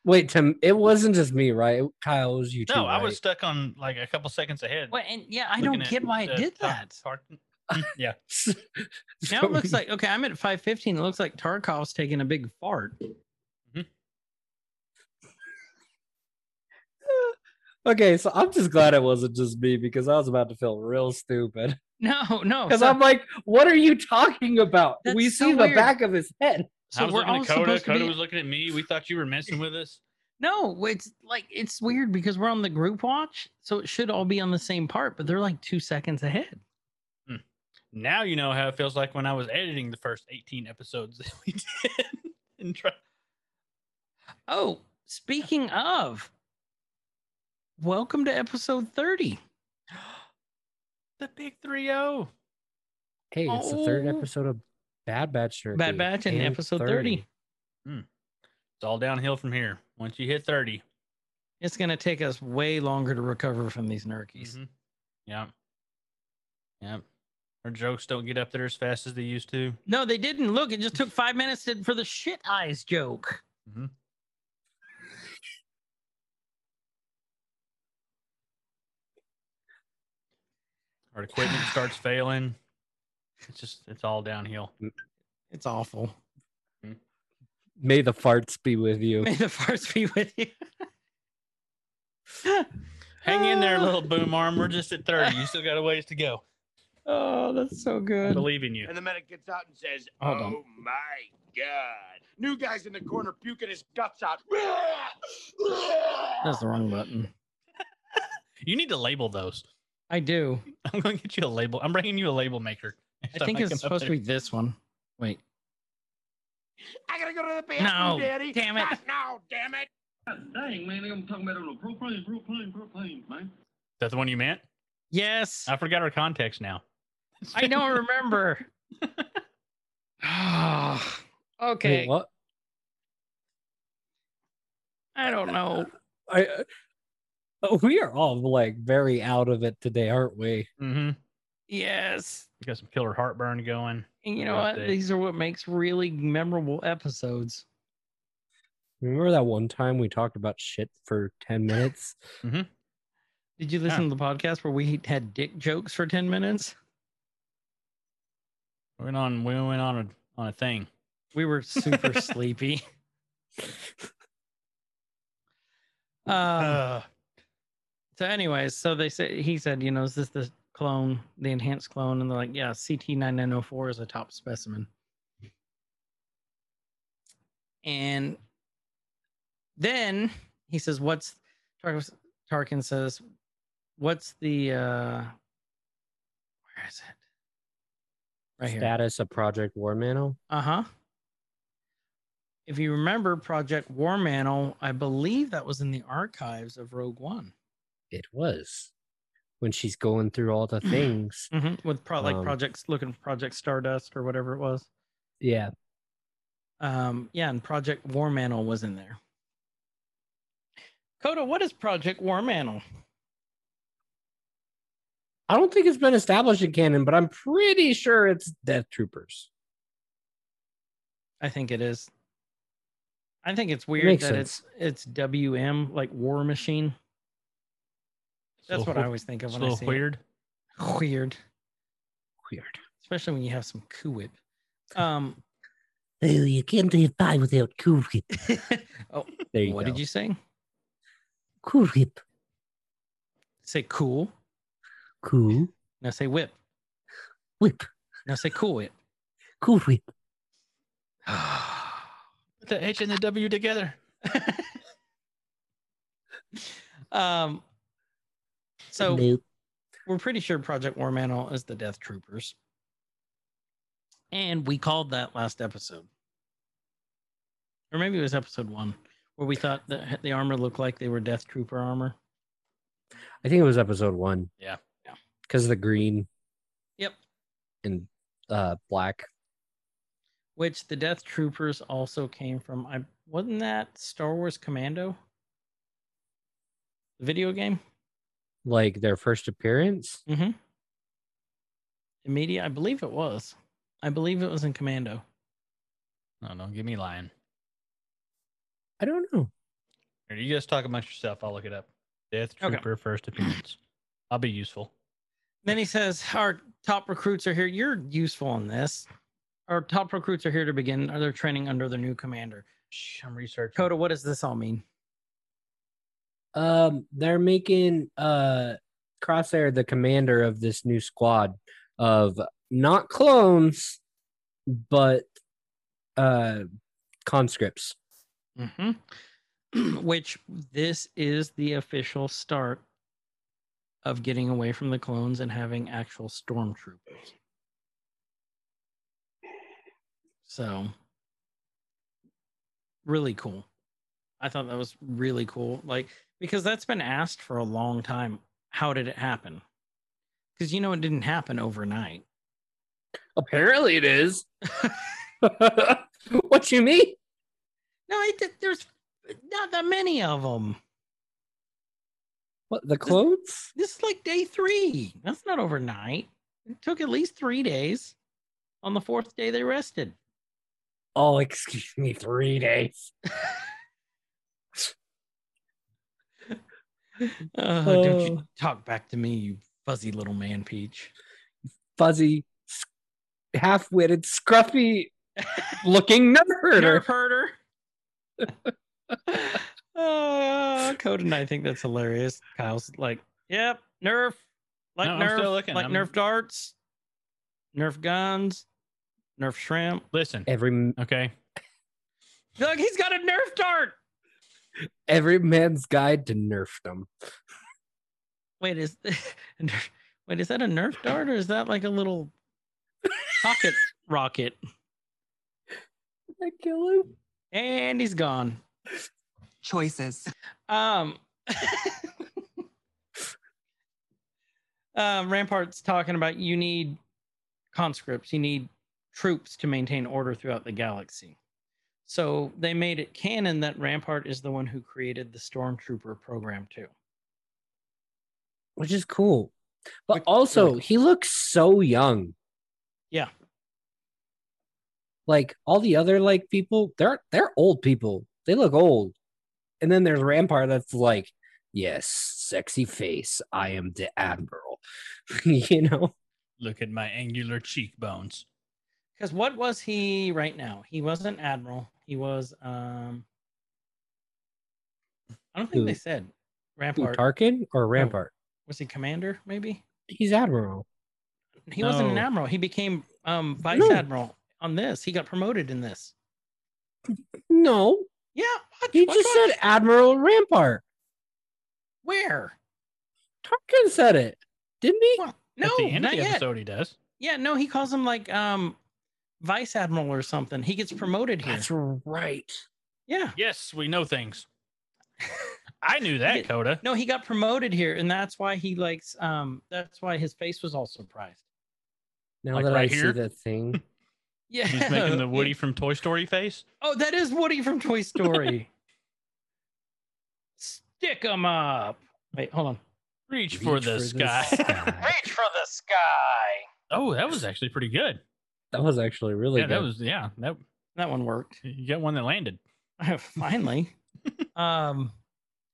Wait, Tim, it wasn't just me, right? Kyle, it was you too.
No, I was
(laughs) right?
stuck on like a couple seconds ahead.
Well, and yeah, I
looking
don't
at,
get why
uh,
it did
Tar- (laughs)
that.
Tarkin. Mm, yeah.
Now it looks like, okay, I'm at 515. It looks like Tarkov's taking a big fart.
(laughs)
(laughs)
okay. So I'm just glad it wasn't just me because I was about to feel real stupid.
No, no.
Because
Oh, so-
I'm like, what are you talking about?
That's
we
so
see the
weird.
back of his head.
I was
we're
looking
all
at Coda.
supposed to
Coda
be-
was looking at me. We thought you were messing with us.
No, it's like it's weird because we're on the group watch, so it should all be on the same part, but they're like two seconds ahead.
Now you know how it feels like when I was editing the first 18 episodes that we (laughs) did. and try-
Oh, speaking of, welcome to episode 30.
the big 3 0.
Hey, it's the third
Oh.
episode of Bad Batch. Jerky,
Bad Batch and episode 30.
It's all downhill from here. Once you hit 30.
It's going to take us way longer to recover from these nerkies.
Mhm.
Mm-hmm.
Yep. Yep. Our jokes don't get up there as fast as they used to.
No, they didn't. Look, it just took five minutes to, for the shit eyes joke.
Our equipment
(sighs)
starts failing. It's just, it's all downhill.
It's awful.
May the farts be with
(laughs)
you.
May the force be with you.
Hang in
Ah.
there, little boom arm. We're just at 30. You still got a ways
(laughs)
to go.
Oh, that's so
I
good.
believe in you.
And the medic gets out and says,
Hold
Oh
on.
my God. New guy's in the corner puking his guts out. (laughs)
That's the wrong button.
You need to label those. (laughs)
I do.
I'm going to get you a label. I'm bringing you a label maker.
I think it's supposed to be this one. Wait.
I gotta go to the
No,
bathroom, Daddy.
damn it.
Ah, (laughs) no, damn it.
Dang, man, I'm talking about a little propane, propane, propane, man.
That's the one you meant?
Yes.
I forgot our context now.
I don't remember. Ah, okay.
Wait, what?
I don't know.
I, I- oh, we are all like very out of it today, aren't we?
Mm-hmm.
Yes.
You got some killer heartburn going.
And you know what?
Rough day.
These are what makes really memorable episodes.
Remember that one time we talked about shit for 10 minutes?
Did you listen to the podcast where we had dick jokes for 10 minutes?
We went on, we went on a, on a thing.
We were (laughs) super sleepy. Um,
Uh,
so anyways, so they said he said, you know, is this the clone, the enhanced clone? And they're like, yeah, CT9904 is a top specimen. And then he says, what's Tarkin, Tarkin says, what's the uh where is it? Right here.
Status of Project War Mano?
Uh huh. If you remember Project War Mantle, I believe that was in the archives of Rogue One.
It was. When she's going through all the things.
Mhm, with pro- like
Um,
projects looking for project stardust or whatever it was
yeah.
um yeah and project war mantle was in there coda what is project war mantle
I don't think it's been established in canon, but I'm pretty sure it's Death Troopers.
i think it is i think it's weird
makes
that it's it's wm like war machine that's what i always think of
It's a
when i
little
see
weird.
it weird
Weird.
especially when you have some Cool
(laughs)
whip um
Oh, you can't do pie without cool whip.
(laughs) oh
There you
what
go.
did you say
Cool whip.
say cool
Cool
now say whip
whip.
now say cool whip
Cool whip.
Put the H and the W together.
um, so
Nope.
we're pretty sure Project War Mantle is the Death Troopers, and we called that last episode, or maybe it was episode one, where we thought that the armor looked like they were Death Trooper armor.
I think it was episode one.
Yeah.
Yeah.
Because of the green.
Yep.
And uh black.
Which the Death Troopers also came from. I wasn't that Star Wars Commando, the video game.
Like their first appearance.
Mm-hmm. Immediate, I believe it was. I believe it was in Commando.
No, don't give me lying.
I don't know.
Here, you guys talk amongst yourself. I'll look it up. Death
Okay.
Trooper first appearance. I'll be useful.
Then he says, "Our top recruits are here. You're useful on this. Our top recruits are here to begin their training under the new commander."
Shh, I'm researching.
Coda, what does this all mean?
Um, they're making uh Crosshair the commander of this new squad of not clones, but uh conscripts.
Mm-hmm. (clears throat) which this is the official start of getting away from the clones and having actual stormtroopers. So really cool. I thought that was really cool. Like because that's been asked for a long time. How did it happen? Because you know it didn't happen overnight.
Apparently, it is. (laughs) what you mean?
No, it, did- there's not that many of them.
What the clothes?
This is like day three. That's not overnight. It took at least three days. On the fourth day, they rested.
Oh, excuse me, three days.
Uh, Don't you
Oh.
talk back to me, you fuzzy little man, Peach.
Fuzzy, s- half-witted, (laughs) scruffy-looking nerd.
Nerf herder. (laughs) uh, Code and I think that's hilarious. Kyle's like, yep, Nerf, like
No, I'm still
Nerf,
looking.
like
I'm-
Nerf darts, Nerf guns, Nerf shrimp.
Listen,
Every
okay.
Look, he's got a Nerf dart.
every man's guide to nerfdom.
Wait, is (laughs) wait is that a Nerf dart or is that like a little pocket rocket?
Did I kill him?
And he's gone.
Choices.
Um, (laughs) um, Rampart's talking about you need conscripts, you need troops to maintain order throughout the galaxy. So they made it canon that Rampart is the one who created the stormtrooper program too.
which is cool. But
Which is really
also,
cool.
he looks so young.
Yeah.
Like all the other like people, they're they're old people. They look old. And then there's Rampart that's like, yes, sexy face. I am the admiral. (laughs) you know,
Look at my angular cheekbones.
Because what was he right now? He wasn't admiral. He was um. I don't think
Who?
they said
Who,
Rampart.
Tarkin or Rampart.
Was he commander? Maybe
He's admiral.
he wasn't an
No.
admiral. He became um vice
No.
admiral on this. He got promoted in this.
No,
Yeah, watch,
he
watch,
just
watch.
said Admiral Rampart.
where?
Tarkin said it, didn't he?
What? No,
At the end of
not
the
yet.
episode, he does.
Yeah, no, he calls him like um vice admiral or something. He gets promoted here.
That's right.
Yeah.
Yes, we know (laughs) things. I knew that,
Yeah.
Coda.
No, he got promoted here, and that's why he likes um that's why his face was all surprised. (laughs)
Now
Like
that I
right
see
here?
that thing.
Yeah.
He's making (laughs) the Woody from Toy Story face.
Oh, that is Woody from Toy Story. (laughs) Stick him up. Wait, hold on.
Reach, for the sky. (laughs)
(laughs)
Reach for the sky.
oh, that was actually pretty good.
that was actually really
yeah,
good.
that was yeah. That
That one worked. (laughs)
you got one that landed.
Finally. (laughs) um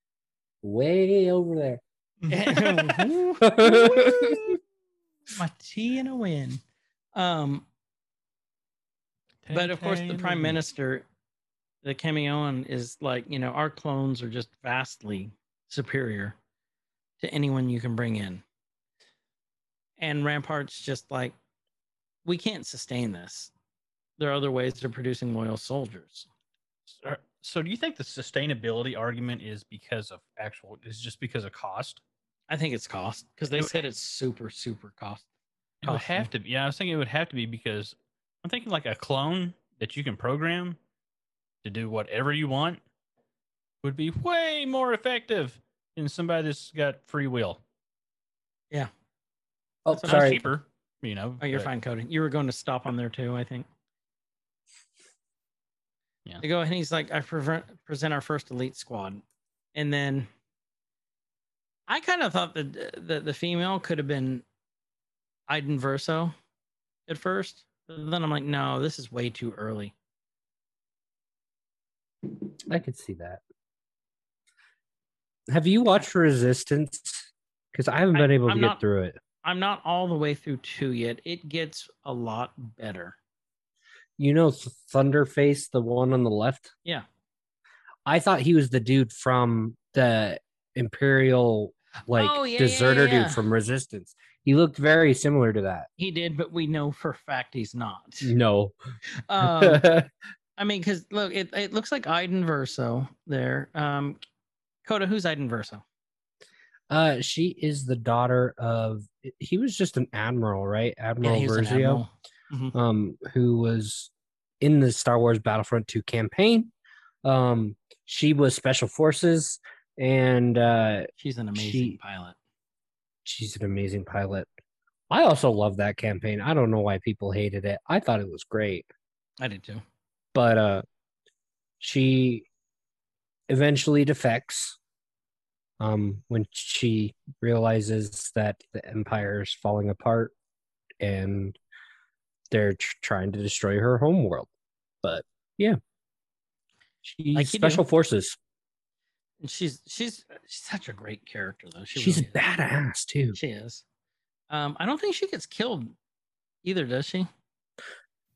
(laughs)
way over there.
woo, my tea and a win. Um, but of course, the prime minister, the Cameoan, is like you know our clones are just vastly superior to anyone you can bring in, and Rampart's just like, we can't sustain this. There are other ways to producing loyal soldiers.
Or- uh, So, do you think the sustainability argument is because of actual? Is just because of cost?
I think it's cost because they
It would-
said it's super super cost.
It would
costly.
have to be. Yeah, I was thinking it would have to be because I'm thinking like a clone that you can program to do whatever you want would be way more effective than somebody that's got free will.
(laughs) Oh,
It's not
sorry.
cheaper, you know.
Oh, you're
but-
fine, Cody. You were going to stop on there too, I think.
Yeah.
They go and he's like, I prevent, present our first elite squad, and then I kind of thought that the, the female could have been Iden Verso at first, but then I'm like, no, this is way too early.
I could see that. Have you watched Resistance? Because I haven't
I-
been able to
I'm
get
not-
through it.
I'm not all the way through two yet. It gets a lot better.
You know Th- Thunderface, the one on the left?
Yeah.
I thought he was the dude from the Imperial, like,
Oh, yeah, yeah,
deserter
yeah.
dude from Resistance. He looked very similar to
Mm-hmm.
that. (laughs)
He did, but we know for a fact he's not.
No.
Um, I mean, because look, it, it looks like Iden Verso there. Um, Coda, who's Iden Verso?
Uh, she is the daughter of. He was just an admiral, right? Admiral
he was an
Versio,
admiral.
um, who was in the Star Wars Battlefront Two campaign. Um, she was special forces, and uh,
She's an amazing
She-
pilot.
she's an amazing pilot. I also love that campaign. I don't know why people hated it. I thought it was great.
I did too.
but uh she eventually defects um when she realizes that the empire is falling apart and they're tr- trying to destroy her home world but yeah she's
Like you do.
special forces
And she's she's she's such a great character though. She
she's
really is.
badass too
She is. Um, I don't think she gets killed either, does she?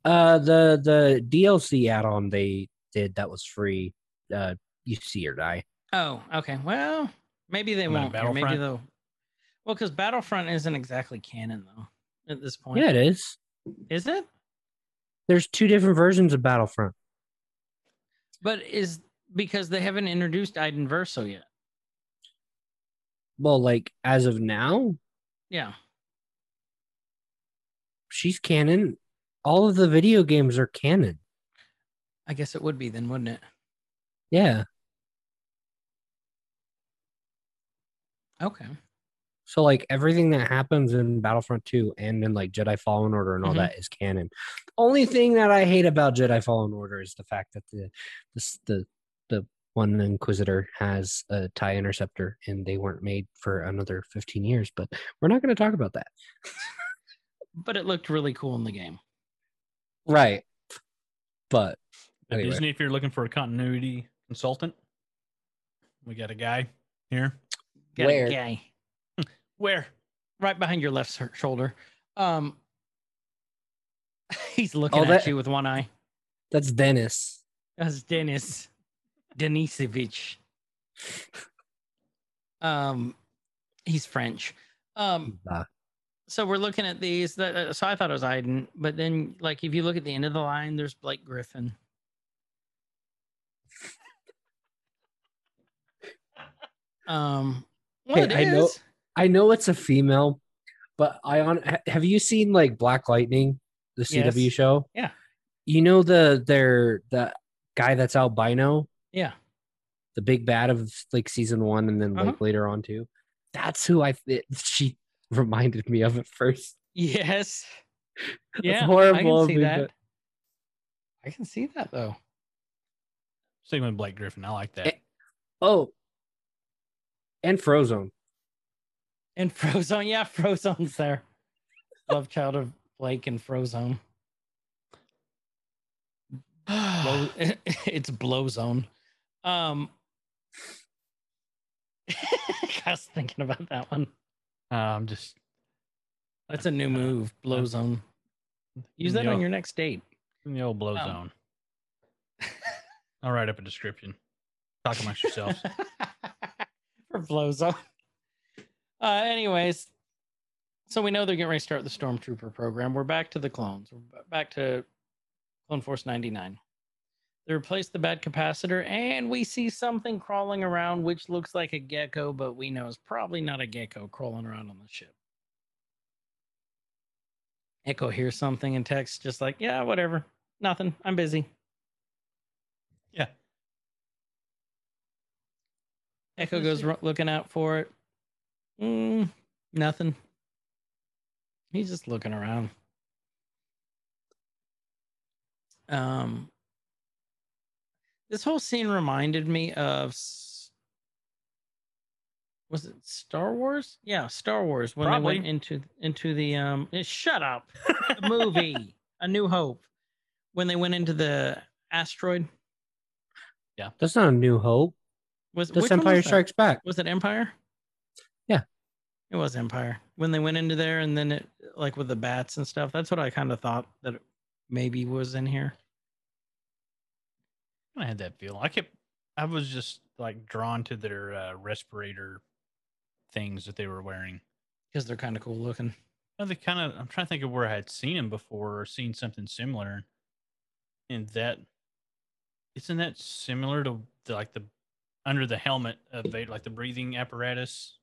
uh the the dlc add-on they did that was free uh you see or die
Oh, okay. Well, maybe they
Not
won't. Or maybe
Battlefront?
they'll. Well, because Battlefront isn't exactly canon though. At this point,
yeah it is
is it?
there's two different versions of battlefront
But is because they haven't introduced Iden Verso yet.
well like as of now
Yeah.
she's canon. All of the video games are canon.
I guess it would be then, wouldn't it?
Yeah.
Okay.
So like everything that happens in Battlefront 2 and in like Jedi Fallen Order and all
Mhm.
that is canon. The only thing that I hate about Jedi Fallen Order is the fact that the the s- the, the one Inquisitor has a tie interceptor and they weren't made for another 15 years, but we're not going to talk about that.
But it looked really cool in the game.
Right. But
At
Anyway.
Disney, if you're looking for a continuity consultant, we got a guy here.
Got
Where?
A guy (laughs)
Where?
right behind your left sh- shoulder. Um, (laughs) he's looking
Oh,
at
that-
you with one eye.
that's Dennis.
That's Dennis Denisevich. Um, he's French. Um,
Uh,
so we're looking at these. That, uh, so I thought it was Iden, but then like if you look at the end of the line, there's Blake Griffin. um, well,
Hey,
it
I know-
is.
I know it's a female, but I on ha- have you seen like Black Lightning, the CW
Yes.
show?
Yeah.
You know the their the guy that's albino,
Yeah.
the big bad of like season one, and then
Uh-huh.
like later on too. That's who I it, she (laughs) reminded me of at first.
Yes. Yeah. I
horrible
can
of
see
me,
that.
but-
I can see that though.
Same with Blake Griffin. I like that.
Eh. Oh, and Frozone.
And Frozone, yeah, Frozone's there. Love child of Blake and Frozone. Blow, (laughs) it's Blow Zone. Um, (laughs) I was thinking about that one.
Um, just
That's a new move, Blow Zone. Use that on your next date.
in the old blow
Oh.
zone. I'll write up a description. Talk amongst
(laughs)
yourselves.
For Blow Zone. Uh, anyways, so we know they're getting ready to start the Stormtrooper program. We're back to the clones. We're b- back to Clone Force 99. They replaced the bad capacitor, and we see something crawling around, which looks like a gecko, but we know is probably not a gecko crawling around on the ship. Echo hears something and texts just like, yeah, whatever. Nothing. I'm busy.
Yeah.
Echo goes ro- looking out for it. Mm, nothing. He's just looking around. Um, this whole scene reminded me of s- was it Star Wars? Yeah, Star Wars when they went
Probably.
into into the um. eh, Shut up. The movie A New Hope when they went into the asteroid
That's not a New Hope.
was
That's
which one was
Empire
that?
Strikes Back.
Was it Empire?
Yeah.
It was Empire. When they went into there and then it like with the bats and stuff, that's what I kind of thought that it maybe was in here.
I had that feeling. I kept, I was just like drawn to their uh, respirator things that they were wearing.
Because they're kind of cool looking.
Another kind of, I'm trying to think of where I had seen them before or seen something similar. And that isn't that similar to, the like the under the helmet of Vader, like the breathing apparatus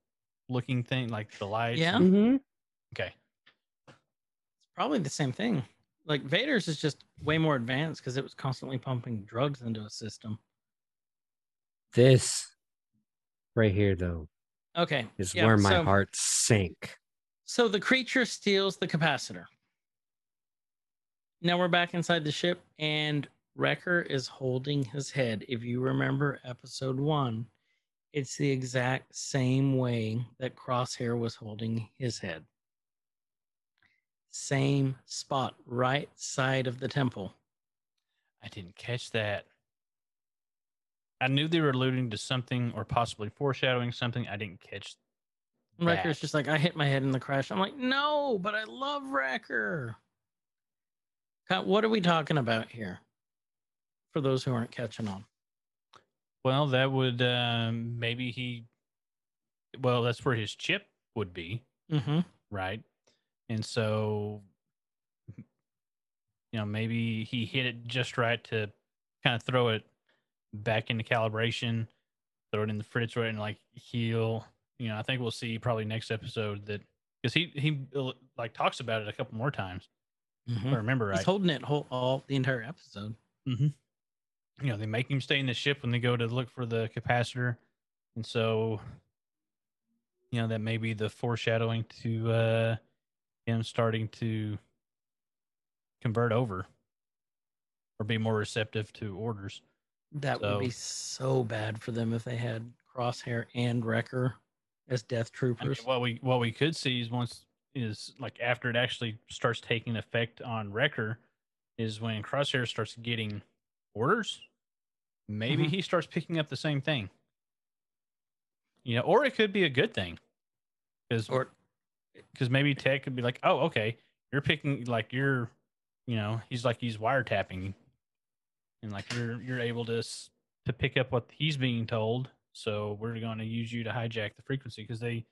looking thing, like the lights?
Yeah.
and-
Mm-hmm.
Okay.
probably the same thing. Like Vader's is just way more advanced because it was constantly pumping drugs into a system.
This right here, though,
Okay,
is
yeah,
where my
so-
heart sank.
So the creature steals the capacitor. Now we're back inside the ship, and Wrecker is holding his head. If you remember episode one, it's the exact same way that Crosshair was holding his head. Same spot, right side of the temple.
I didn't catch that. I knew they were alluding to something or possibly foreshadowing something. I didn't catch.
And Wrecker's
that.
just like, I hit my head in the crash. I'm like, no, but I love Wrecker. God, What are we talking about here? For those who aren't catching on.
Well, that would um, maybe he. Well, that's where his chip would be,
Mm-hmm.
right? And so, you know, maybe he hit it just right to kind of throw it back into calibration, throw it in the fridge, right, and like heal. You know, I think we'll see probably next episode that because he he uh, like talks about it a couple more times.
Hmm.
If I remember Mm-hmm. right.
He's holding it whole, all the entire episode.
you know, they make him stay in the ship when they go to look for the capacitor. And so, you know, that may be the foreshadowing to uh, him starting to convert over or be more receptive to orders.
That would be
So-
so bad for them if they had Crosshair and Wrecker as death
I mean,
troopers.
what we what we could see is once is like after it actually starts taking effect on Wrecker, is when Crosshair starts getting orders. Maybe
Mhm.
he starts picking up the same thing. You know, or it could be a good thing, because
Or
because maybe Tech could be like, oh, okay, you're picking like you're, you know, he's like he's wiretapping, and like you're you're able to s- to pick up what he's being told. So we're going to use you to hijack the frequency because they,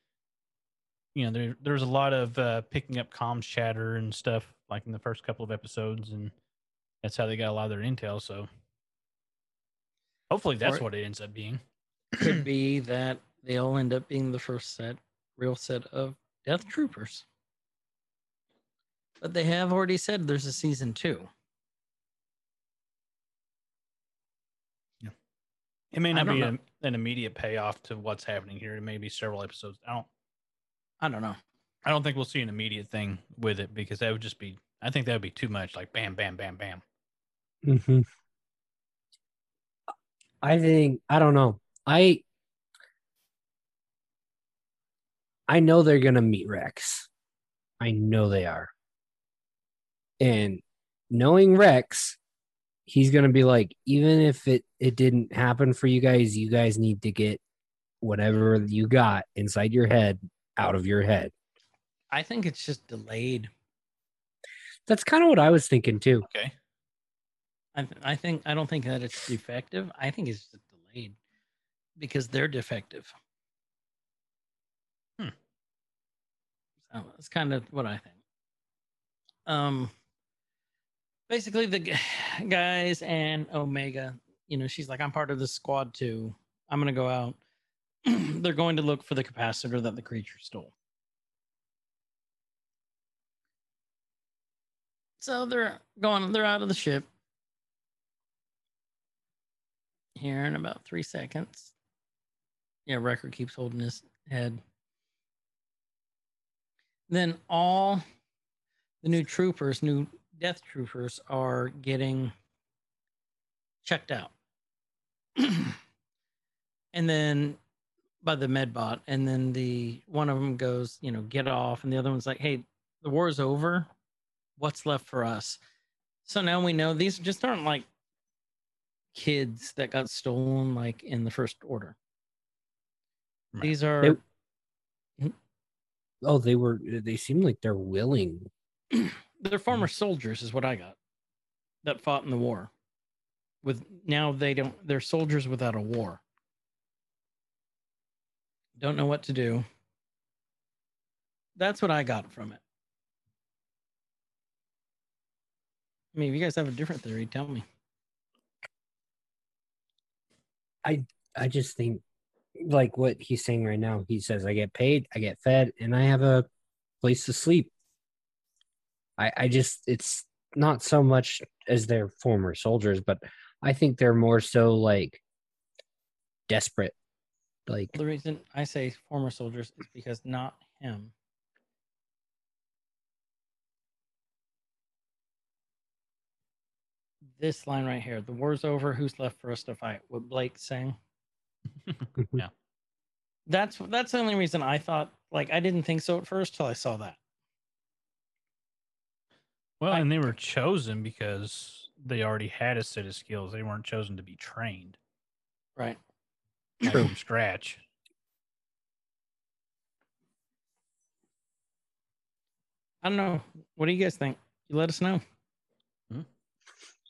you know, there there's a lot of uh, picking up comms chatter and stuff like in the first couple of episodes, and that's how they got a lot of their intel. So hopefully that's
Or-
what it ends up being.
could be that they all end up being the first set, real set of death troopers. But they have already said there's a season two.
It may
I
not
don't
be
know.
an, an immediate payoff to what's happening here. It may be several episodes. I don't
I don't know.
I don't think we'll see an immediate thing with it because that would just be. I think that would be too much. Like bam, bam, bam, bam.
Mhm. I think I don't know. I I know they're gonna meet Rex. I know they are. And knowing Rex, he's gonna be like, even if it it didn't happen for you guys, you guys need to get whatever you got inside your head out of your head.
I think it's just delayed.
That's kind of what I was thinking too.
Okay.
I, th- I think I don't think that it's defective. I think it's just delayed because they're defective.
Hmm.
So that's kind of what I think. Um, basically the g- (sighs) guys and Omega, you know, she's like, I'm part of the squad too. I'm gonna go out. (clears throat) they're going to look for the capacitor that the creature stole. So they're going. They're out of the ship here in about three seconds. Yeah, Record keeps holding his head. Then all the new troopers, new death troopers, are getting checked out. (clears throat) and then by the med bot, and then the one of them goes, you know, get off, and the other one's like, hey, the war's over. What's left for us? So now we know these just aren't like kids that got stolen like in the first order.
Right.
These are
They- Oh, they were they seem like they're willing
they're former soldiers is what i got that fought in the war with now they don't they're soldiers without a war don't know what to do that's what i got from it i mean if you guys have a different theory tell me
I just think like what he's saying right now. He says, I get paid, I get fed, and I have a place to sleep. I, I just it's not so much as their former soldiers, but I think they're more so like desperate. Like
The reason I say former soldiers is because not him. This line right here, the war's over, who's left for us to fight? What Blake's saying.
Yeah.
That's that's the only reason I thought like I didn't think so at first till I saw that.
Well,
I-
and they were chosen because they already had a set of skills. They weren't chosen to be trained
Right.
like,
True.
from scratch.
I don't know. What do you guys think? You let us know.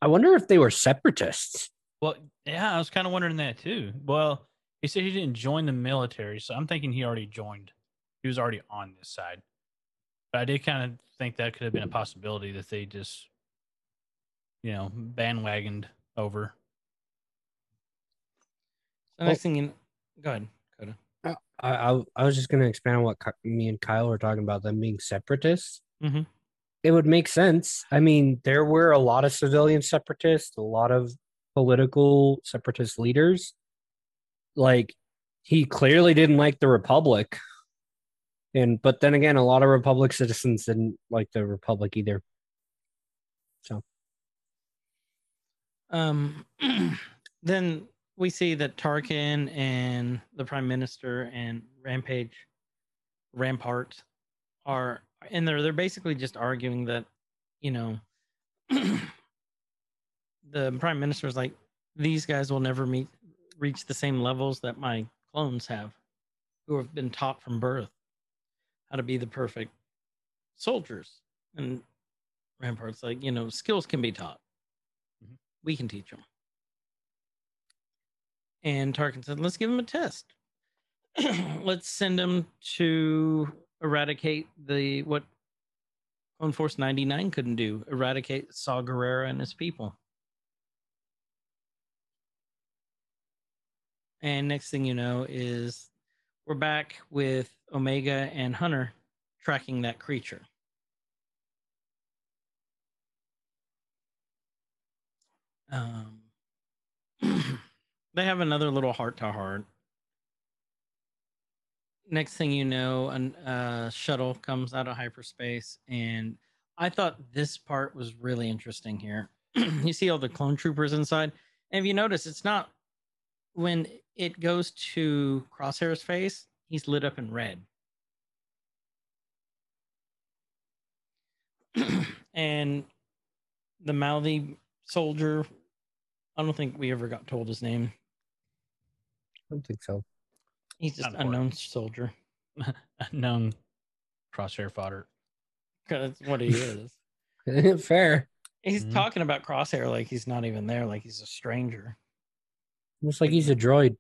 I wonder if they were separatists.
Well, yeah, I was kind of wondering that too. Well, he said he didn't join the military, so I'm thinking he already joined. He was already on this side. But I did kind of think that could have been a possibility that they just, you know, bandwagoned over. (laughs)
So next thing you know, go ahead, Coda.
I, I I was just gonna expand on what Ky- me and Kyle were talking about them being separatists.
Mhm.
It would make sense. I mean, there were a lot of civilian separatists, a lot of political separatist leaders. Like he clearly didn't like the Republic, and but then again, a lot of Republic citizens didn't like the Republic either.
Um, (clears throat) then we see that Tarkin and the Prime Minister and Rampage, Rampart, are and they're they're basically just arguing that, you know, (clears throat) the Prime Minister is like, these guys will never meet reach the same levels that my clones have, who have been taught from birth how to be the perfect soldiers. And Rampart's like, you know, skills can be taught we can teach them. And Tarkin said, let's give him a test. (clears throat) let's send him to eradicate the what Clone Force 99 couldn't do, eradicate Saw Gerrera and his people. And next thing you know is we're back with Omega and Hunter tracking that creature. Um, (clears throat) they have another little heart to heart. Next thing you know, a uh, shuttle comes out of hyperspace, and I thought this part was really interesting. Here, (clears throat) you see all the clone troopers inside, and if you notice, it's not when it goes to Crosshair's face; he's lit up in red. (clears throat) and the mouthy soldier. I don't think we ever got told his name.
I don't think so. (laughs)
He's just
Not important.
unknown soldier.
Unknown crosshair fodder.
'Cause (laughs) That's what he is.
Fair.
He's
Mhm.
talking about Crosshair like he's not even there, like he's a stranger
Looks like he's a droid.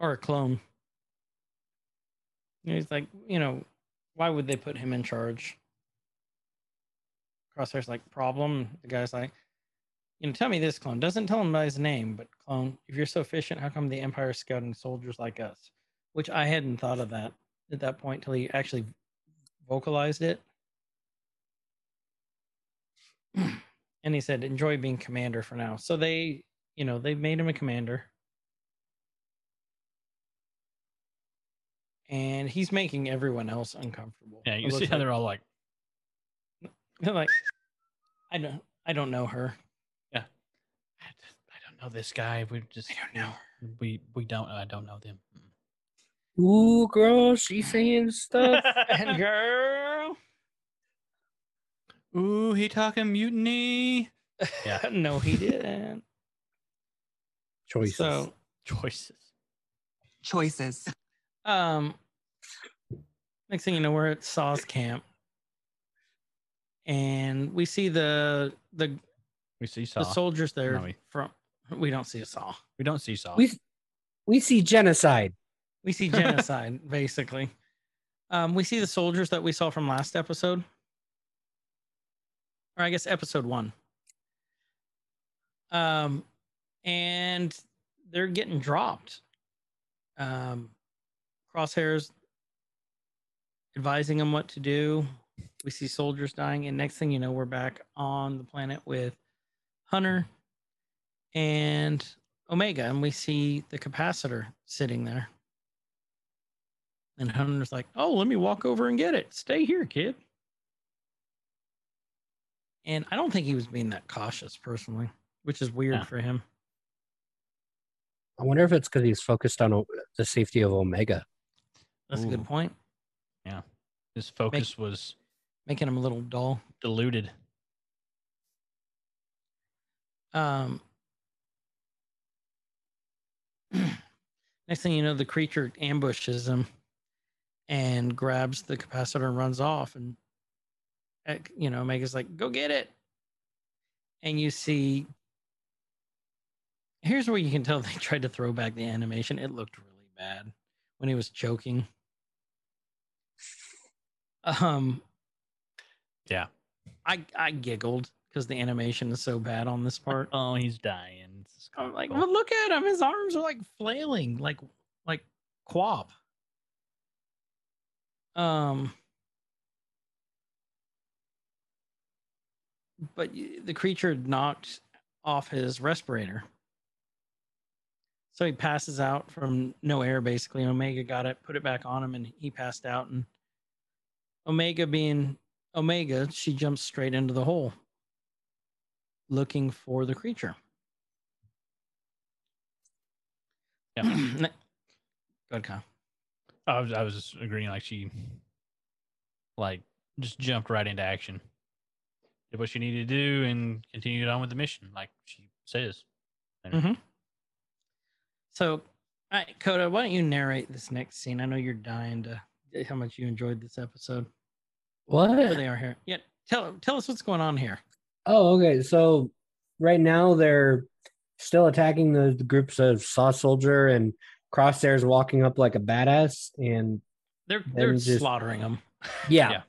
or a clone. And He's like, you know, why would they put him in charge? Crosshair's like, problem. The guy's like, you know, tell me this clone. Doesn't tell him by his name, but clone, if you're so efficient, how come the Empire's scouting soldiers like us? Which I hadn't thought of that at that point till he actually vocalized it. (clears throat) and he said, enjoy being commander for now. So they, you know, they made him a commander. And he's making everyone else uncomfortable.
Yeah, you
It
see
looks
how
like.
they're all like,
They're like, I don't, I don't know her.
I just- I don't know this guy. We just
I don't know her.
We we don't. I don't know them.
Ooh, girl, she's saying stuff.
And girl,
(laughs) Ooh, he talking mutiny. Yeah.
no, he
(laughs)
didn't.
Choices.
So,
Choices.
Choices.
um, next thing you know, we're at Saw's camp, and we see the the
We see saw.
the soldiers there
No, we-
from. We don't see a saw.
we don't see saw.
we we see genocide.
We see genocide, (laughs) basically. Um, we see the soldiers that we saw from last episode, or I guess episode one. Um, and they're getting dropped. Um, crosshairs advising them what to do. We see soldiers dying, and next thing you know, we're back on the planet with Hunter and Omega, and we see the capacitor sitting there. And Hunter's like, "Oh, let me walk over and get it. Stay here, kid." And I don't think he was being that cautious personally, which is weird
Yeah.
for him.
I wonder if it's because he's focused on O- the safety of Omega.
That's a
Ooh.
good point.
His focus was
Making him a little dull.
diluted.
Um, next thing you know, the creature ambushes him and grabs the capacitor and runs off. And, eh, you know, Omega's like, go get it. And you see, here's where you can tell (laughs) they tried to throw back the animation. It looked really bad when he was choking. Um,
Yeah.
I, I giggled because the animation is so bad on this part.
Oh, he's dying. This is
I'm like,
comical.
well, look at him. His arms are like flailing, like like quab. Um, but y- the creature knocked off his respirator, so he passes out from no air. Basically, Omega got it, put it back on him, and he passed out. And Omega, being Omega, she jumps straight into the hole, looking for the creature.
Yeah.
Ne- (clears throat) Go ahead, Kyle.
I was I was just agreeing like she like just jumped right into action. Did what she needed to do and continued on with the mission, like she says.
So, all right, Coda, why don't you narrate this next scene? I know you're dying to how much you enjoyed this episode. Here
What?
they are here. Yeah, tell tell us what's going on here.
Oh, okay. So right now they're still attacking the, the groups of Saw Soldier and Crosshair's walking up like a badass, and
They're they're
Them just-
slaughtering them.
yeah,
Yeah.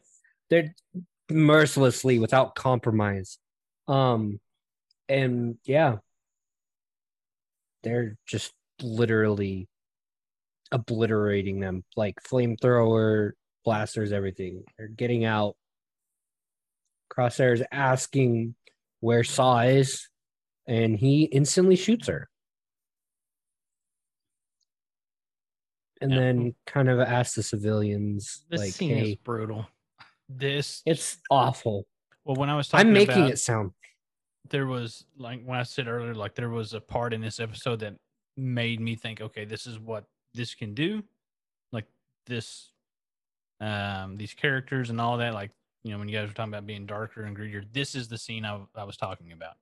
they're mercilessly without compromise. Um, and yeah, they're just literally obliterating them like flamethrower blasters, everything. They're getting out. Crosshair's asking where Saw is, and he instantly shoots her. And
Yeah.
then kind of asks the civilians,
This
like,
scene
hey,
is brutal.
This
it's awful.
well when I was talking
I'm making
about,
it sound.
there was like when I said earlier, like there was a part in this episode that made me think, okay, this is what this can do. Like this um these characters and all that, like you know, when you guys were talking about being darker and greedier, this is the scene I, I was talking about.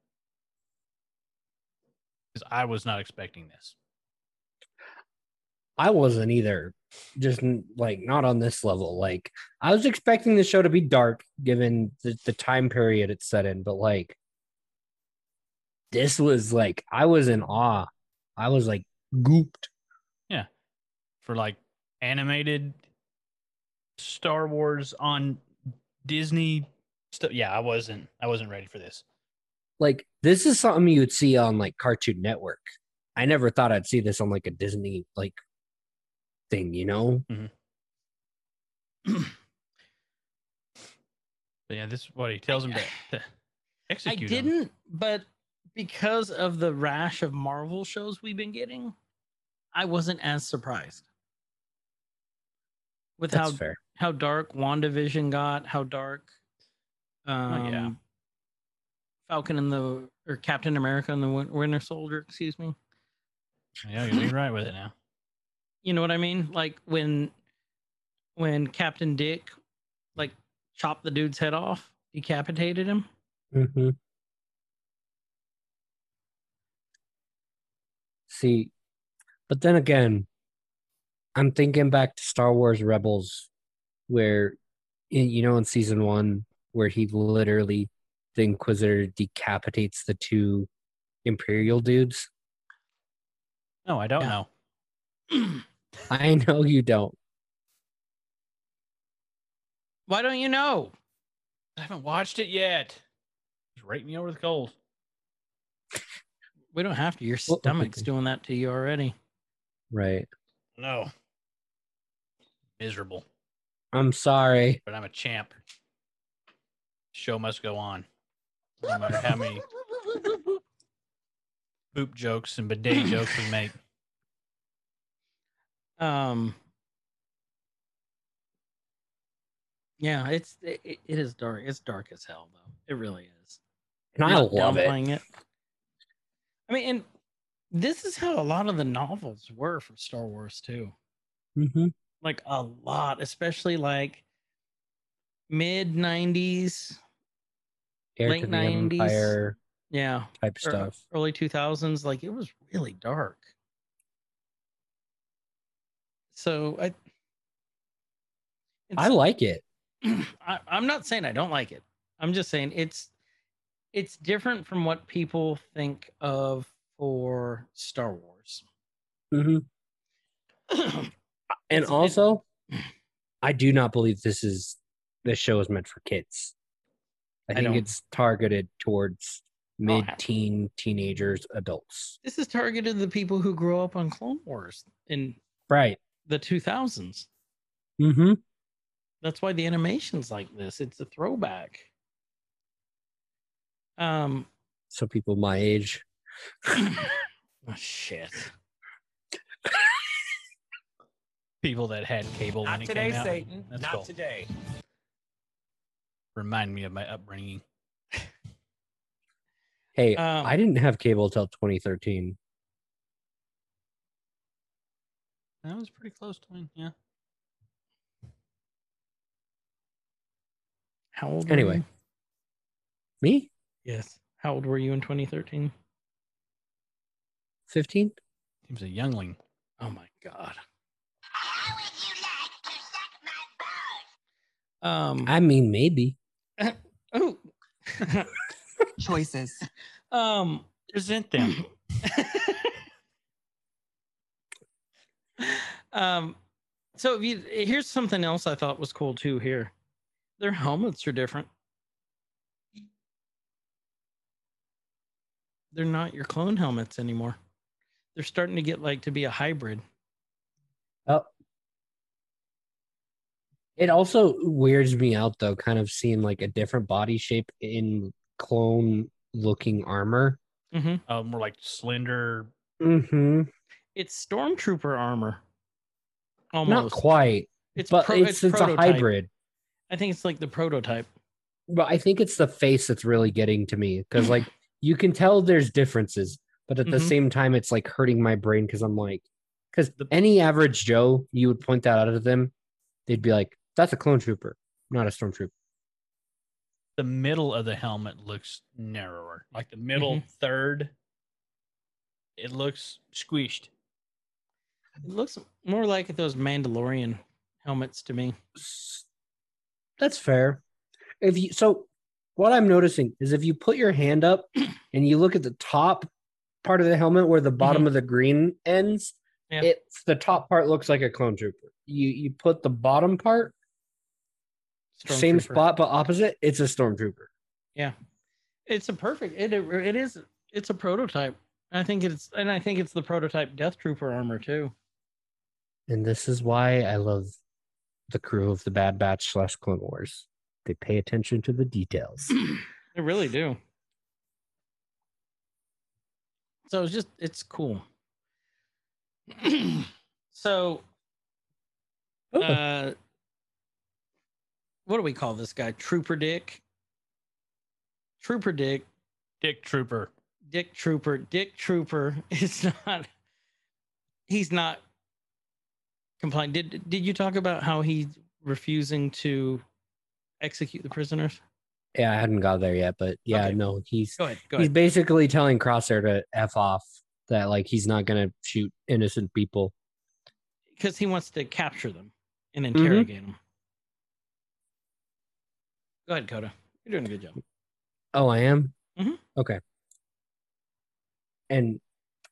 Because I was not expecting this.
I wasn't either. Just n- like not on this level. Like I was expecting the show to be dark given the, the time period it's set in, but like this was like I was in awe. I was like gooped.
For like animated Star Wars on Disney stuff. Yeah, I wasn't I wasn't ready for this.
Like this is something you would see on like Cartoon Network. I never thought I'd see this on like a Disney like thing, you know?
But yeah, this is what he tells him to, to
I
execute. 'em.
didn't, but because of the rash of Marvel shows we've been getting, I wasn't as surprised with
That's
how
fair.
how dark WandaVision got, how dark um,
Oh, yeah.
Falcon and the or Captain America and the Win- Winter Soldier, excuse me.
Yeah, you're right with it now.
You know what I mean? Like when when Captain Dick like chopped the dude's head off, decapitated him.
hmm See, but then again, I'm thinking back to Star Wars Rebels, where y- you know in season one, where he literally the Inquisitor decapitates the two Imperial dudes. (laughs)
No, I don't
Yeah.
know.
I know you don't.
(clears throat) Why don't you know?
I haven't watched it yet. Just rake me over the coals.
We don't have to. Your
Well, okay,
stomach's
okay.
doing that to you already.
Right.
No. Miserable,
I'm sorry.
but I'm a champ. Show must go on. No matter how many poop jokes and bidet jokes we make.
Um. Yeah, it's it, it it is dark. It's dark as hell though. It really is.
And I
Not
love it.
downplaying I mean, and this is how a lot of the novels were for Star Wars too.
Mm-hmm.
like a lot, especially like mid '90s,
Heir
Late Er,
to the
90s.
Empire
yeah,
type
or
stuff.
early 2000s. Like it was really dark. So I,
I like it.
(clears throat) I, I'm not saying I don't like it. I'm just saying it's it's different from what people think of for Star Wars. (clears throat)
Mm-hmm.
It's-
And
it-
also, I do not believe this is this show is meant for kids. I
I
think
don't-
it's targeted towards
Oh, I-
mid-teen teenagers, adults.
this is targeted to the people who grew up on Clone Wars in
Right.
the 2000s.
Mm-hmm.
that's why the animation's like this. It's a throwback. Um,
So people my age.
oh, shit.
People that had cable when it came out.
Satan.
That's Not cool.
today.
Remind me of my upbringing.
Hey,
Um,
I didn't have cable till 2013.
That was pretty close to me. Yeah.
How old? were
Anyway.
you?
Me?
yes. How old were you in 2013?
15?
He was a youngling.
Oh my god. Um.
I mean, maybe.
oh.
Choices.
um.
Present them.
(laughs) um. So if you here's something else I thought was cool too. Here, their helmets are different. They're not your clone helmets anymore. They're starting to get like to be a hybrid.
It also weirds me out though, kind of seeing like a different body shape in clone looking armor.
Mm-hmm.
Uh, more like slender.
Mm-hmm.
It's stormtrooper armor. Almost.
Not quite,
It's
but
pro-
it's it's a
prototype.
hybrid.
I think it's like the prototype.
But I think it's the face that's really getting to me because like you can tell there's differences, but at the
Mhm.
same time it's like hurting my brain because I'm like, because any average Joe, you would point that out to them, they'd be like, "That's a clone trooper, not a stormtrooper."
The middle of the helmet looks narrower. Like the middle third, it looks squished.
It looks more like those Mandalorian helmets to me.
S- That's fair. If you so, what I'm noticing is if you put your hand up and you look at the top part of the helmet where the bottom of the green ends,
Yeah.
it's the top part looks like a clone trooper. You you put the bottom part same
Stormtrooper.
spot but opposite, it's a stormtrooper.
It's a perfect. It it it is. It's a prototype. I think it's and I think it's the prototype Death Trooper armor too.
And this is why I love the crew of the Bad Batch slash Clone Wars. They pay attention to
(clears throat)
the details.
They really do. So it's just it's cool. (clears throat) so
Oh.
uh what do we call this guy? Trooper Dick. Trooper Dick,
Dick Trooper.
Dick Trooper, Dick Trooper (laughs) is not he's not complying. Did did you talk about how he's refusing to execute the prisoners?
yeah, I hadn't got there yet, but yeah,
Okay.
no, he's
Go ahead, go
he's
ahead.
basically telling Crosshair to f off that like he's not gonna shoot innocent people.
because he wants to capture them and interrogate them. Go ahead, Coda. You're doing a good job.
Oh, I am.
Mhm.
Okay. And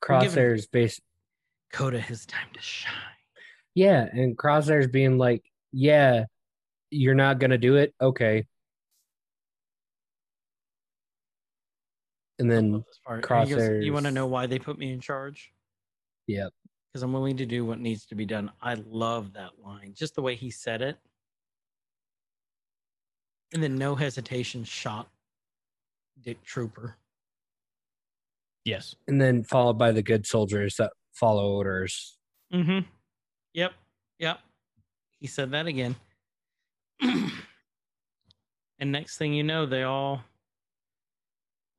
We're giving-
Crosshair's base.
Coda, his time to shine.
Yeah, and Crosshair's being like, "Yeah, you're not gonna do it. Okay." and then
this part. And he goes, you
Mm, crosshairs.
want to know why they put me in charge?
Yep.
Because I'm willing to do what needs to be done. I love that line, just the way he said it, and then no hesitation shot Dick Trooper.
Yes.
and then followed by the good soldiers that follow orders.
Mm-hmm. Yep. Yep. He said that again. (clears throat) and next thing you know, they all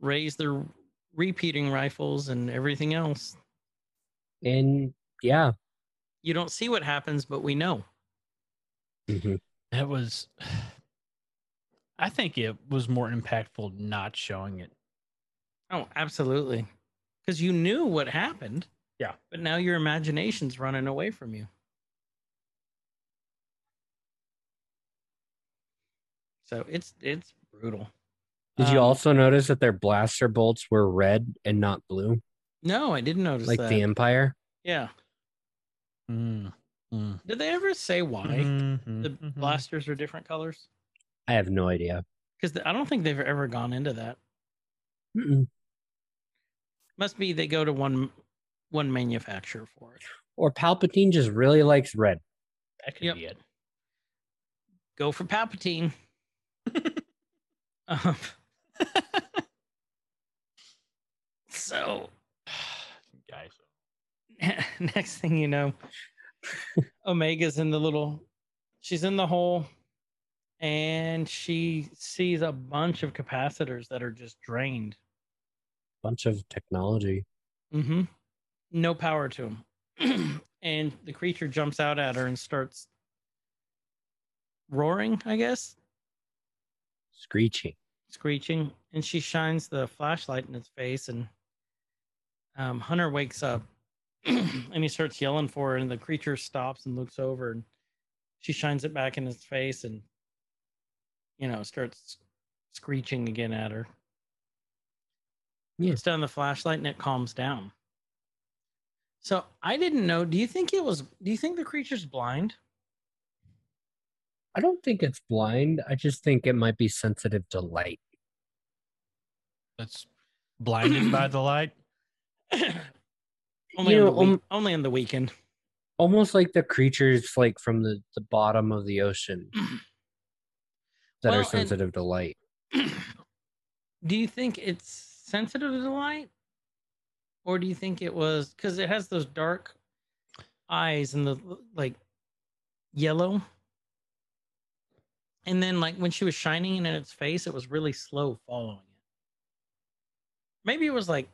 raise their repeating rifles and everything else.
And yeah,
You don't see what happens, but we know.
Mhm.
That was. (sighs) I think it was more impactful not showing it.
Oh, absolutely. Because you knew what happened.
Yeah.
But now your imagination's running away from you. So it's it's brutal.
did you
Um,
also notice that their blaster bolts were red and not blue,
No, I didn't notice
like
that.
the Empire?
yeah.
Mm, mm,
Did they ever say why
mhm,
the
mhm.
blasters are different colors?
I have no idea.
Because I don't think they've ever gone into that.
Mm-mm.
Must be they go to one one manufacturer for it.
Or Palpatine just really likes red.
That could
Yep.
be it.
Go for Palpatine. um, so (laughs)
Guys.
next thing you know, (laughs) Omega's in the little, she's in the hole, and she sees a bunch of capacitors that are just drained.
Bunch of technology.
Mm-hmm. No power to him. (clears throat) and the creature jumps out at her and starts roaring, I guess,
Screeching.
screeching. And she shines the flashlight in its face. And um, Hunter wakes up (clears throat) and he starts yelling for her. And the creature stops and looks over and she shines it back in his face and, you know, starts screeching again at her.
Yeah.
Puts down the flashlight and it calms down. So I didn't know. Do you think it was? Do you think the creature's blind? (coughs)
I don't think it's blind. I just think it might be sensitive to light.
That's blinded by the light.
only,
You
on the
know,
week-
um,
only on the weekend.
Almost like the creatures like from the, the bottom of the ocean that
Well,
are
and-
sensitive to light.
do you think it's sensitive to light or do you think it was because it has those dark eyes and the like yellow and then like when she was shining it in its face it was really slow following it maybe it was like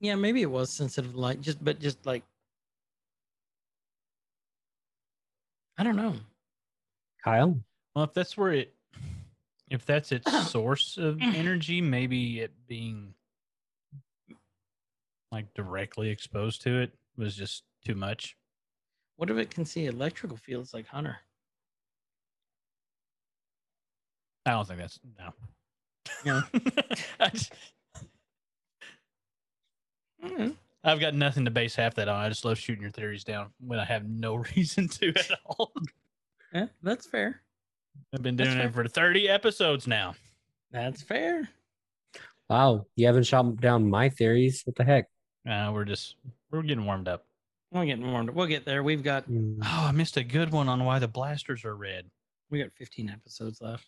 yeah maybe it was sensitive to light just but just like i don't know
Kyle?
Well, if that's where it, if that's its (coughs) source of energy, maybe it being like directly exposed to it was just too much.
what if it can see electrical fields like hunter
I don't think that's no.
No.
(laughs) I just- I've got nothing to base half that on. I just love shooting your theories down when I have no (laughs) reason to at all.
yeah that's fair
I've been
That's
doing it
fair.
for 30 episodes now.
That's fair.
Wow, you haven't shot down my theories. What the heck?
Uh, we're just we're getting warmed up.
We're getting warmed. up. We'll get there. We've got
Mm.
Oh, I missed a good one on why the blasters are red.
we got 15 episodes left.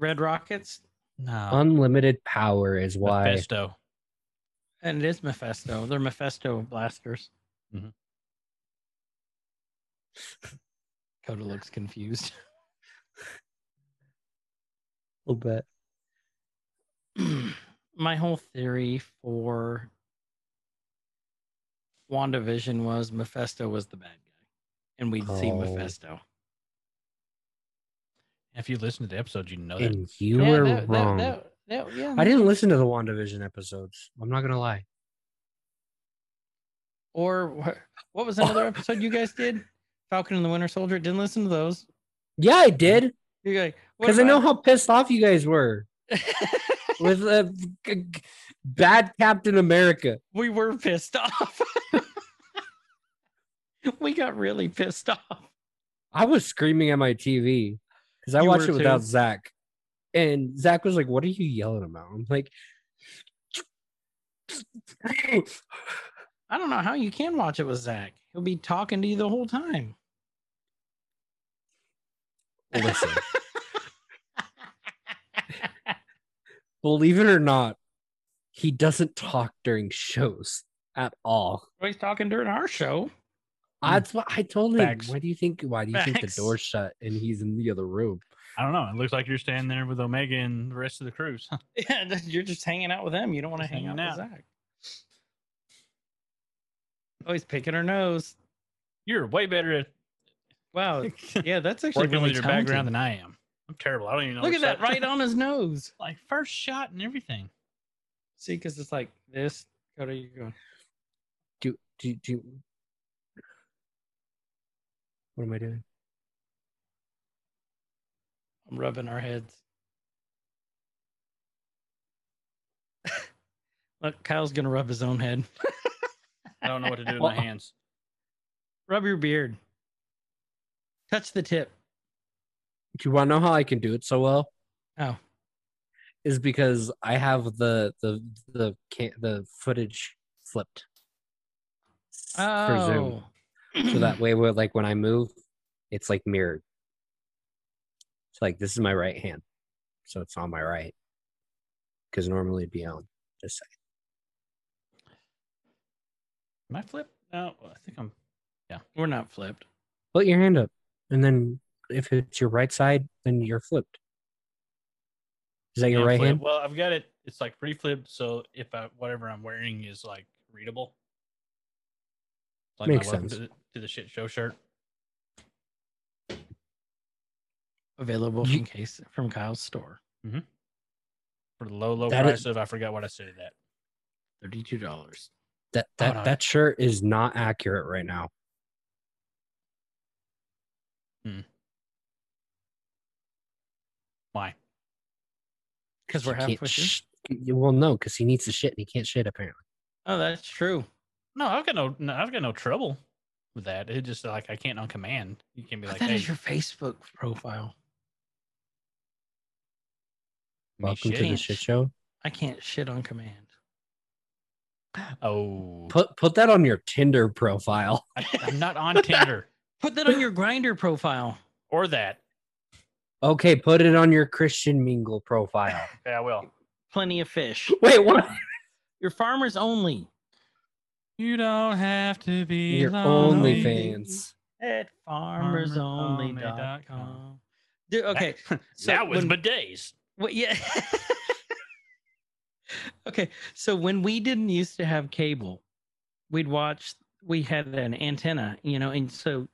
Red Rockets,
No,
Unlimited power is why.
Mephisto.
and it is Mephisto. They're Mephisto blasters. Mm-hmm.
Mhm.
(laughs) Coda looks confused. (laughs)
little bit.
(clears throat) My whole theory for WandaVision was Mephisto was the bad guy, and we'd see
Oh.
Mephisto.
If you listen to the episode, you know that.
And you were wrong.
yeah,
I didn't listen to the WandaVision episodes. I'm not gonna lie.
Or wh- what was another episode you guys did? Falcon and the Winter Soldier. Didn't listen to those.
Yeah, I did
You're like, what
because I know
about-
how pissed off you guys were with uh, g- g- bad Captain America.
(laughs) we were pissed off. (laughs) we got really pissed off.
I was screaming at my TV because I
You
watched
were
it without
too.
Zach, And Zach was like, "What are you yelling about?" I'm
(laughs)
like,
I don't know how you can watch it with Zach. He'll be talking to you the whole time. (laughs)
"Listen, believe it or not, he doesn't talk during shows at all."
He's talking during our show. (laughs) Hmm.
That's what I told him.
Facts.
Why do you think? Why do you think
Facts.
the door's shut and he's in the other room?
I don't know. It looks like you're standing there with Omega and the rest of the crews.
Yeah, just- you're just hanging out with them. You don't want to
Just
hang out,
hanging
with Zach. Oh, he's picking her nose.
You're way better
(laughs)
at
Wow. Yeah, that's actually
working
really
with your
talented.
background than I am. I'm terrible. I don't even know.
Look at
what's
that
up. (laughs)
right on his nose.
like first shot and everything.
See, because it's like this. Dakota, you're going.
Do do do. What am I doing?
I'm rubbing our heads. (laughs) Look, Kyle's gonna rub his own head.
I don't know what to do with
Well,
my hands.
Rub your beard. Touch the tip.
Do you want to know how I can do it so well?
Oh.
is because I have the the the can the footage flipped s- for Zoom,
Oh, (clears throat)
so that way, where like when I move, it's like mirrored. It's like this is my right hand, so it's on my right, because normally it'd be on this side.
Am I flip? No, I think I'm.
we're not flipped.
Put your hand up, and then if it's your right side, then you're flipped. Is that your
yeah,
right
flip.
hand?
Well, I've got it. It's like free flipped, so if I whatever I'm wearing is like readable. Like my
Makes
welcome
sense.
To, the- to the shit show shirt.
Available
You-
from case from Kyle's store.
for the low, low
That
price
is-
of I forgot what I said that.
Thirty-two dollars.
That
Hold
that
on.
that shirt is not accurate right now.
Why?
Because we're
He can't
halfway through.
sh- well, no, because he needs to shit and he can't shit apparently.
Oh, that's true.
No, I've got no, no I've got no trouble with that. It just like I can't on command. You can be
Put
like,
that
hey,
as your Facebook profile.
give me
Welcome to the
shit.
shit show.
I can't shit on command.
Oh,
Put put that on your Tinder profile. (laughs)
I, I'm not on Tinder
Put that on your grinder profile.
or that.
Okay, put it on your Christian Mingle profile.
Okay, I will.
Plenty of fish.
(laughs) Wait, what?
Your farmers only
You don't have to be
Your
lonely.
OnlyFans.
at farmersonly.com.
farmersonly.com.
Dude, okay.
(laughs) That,
so
that was
when-
my days.
Well, yeah. (laughs) okay. So when we didn't used to have cable, we'd watch, we had an antenna, you know, and so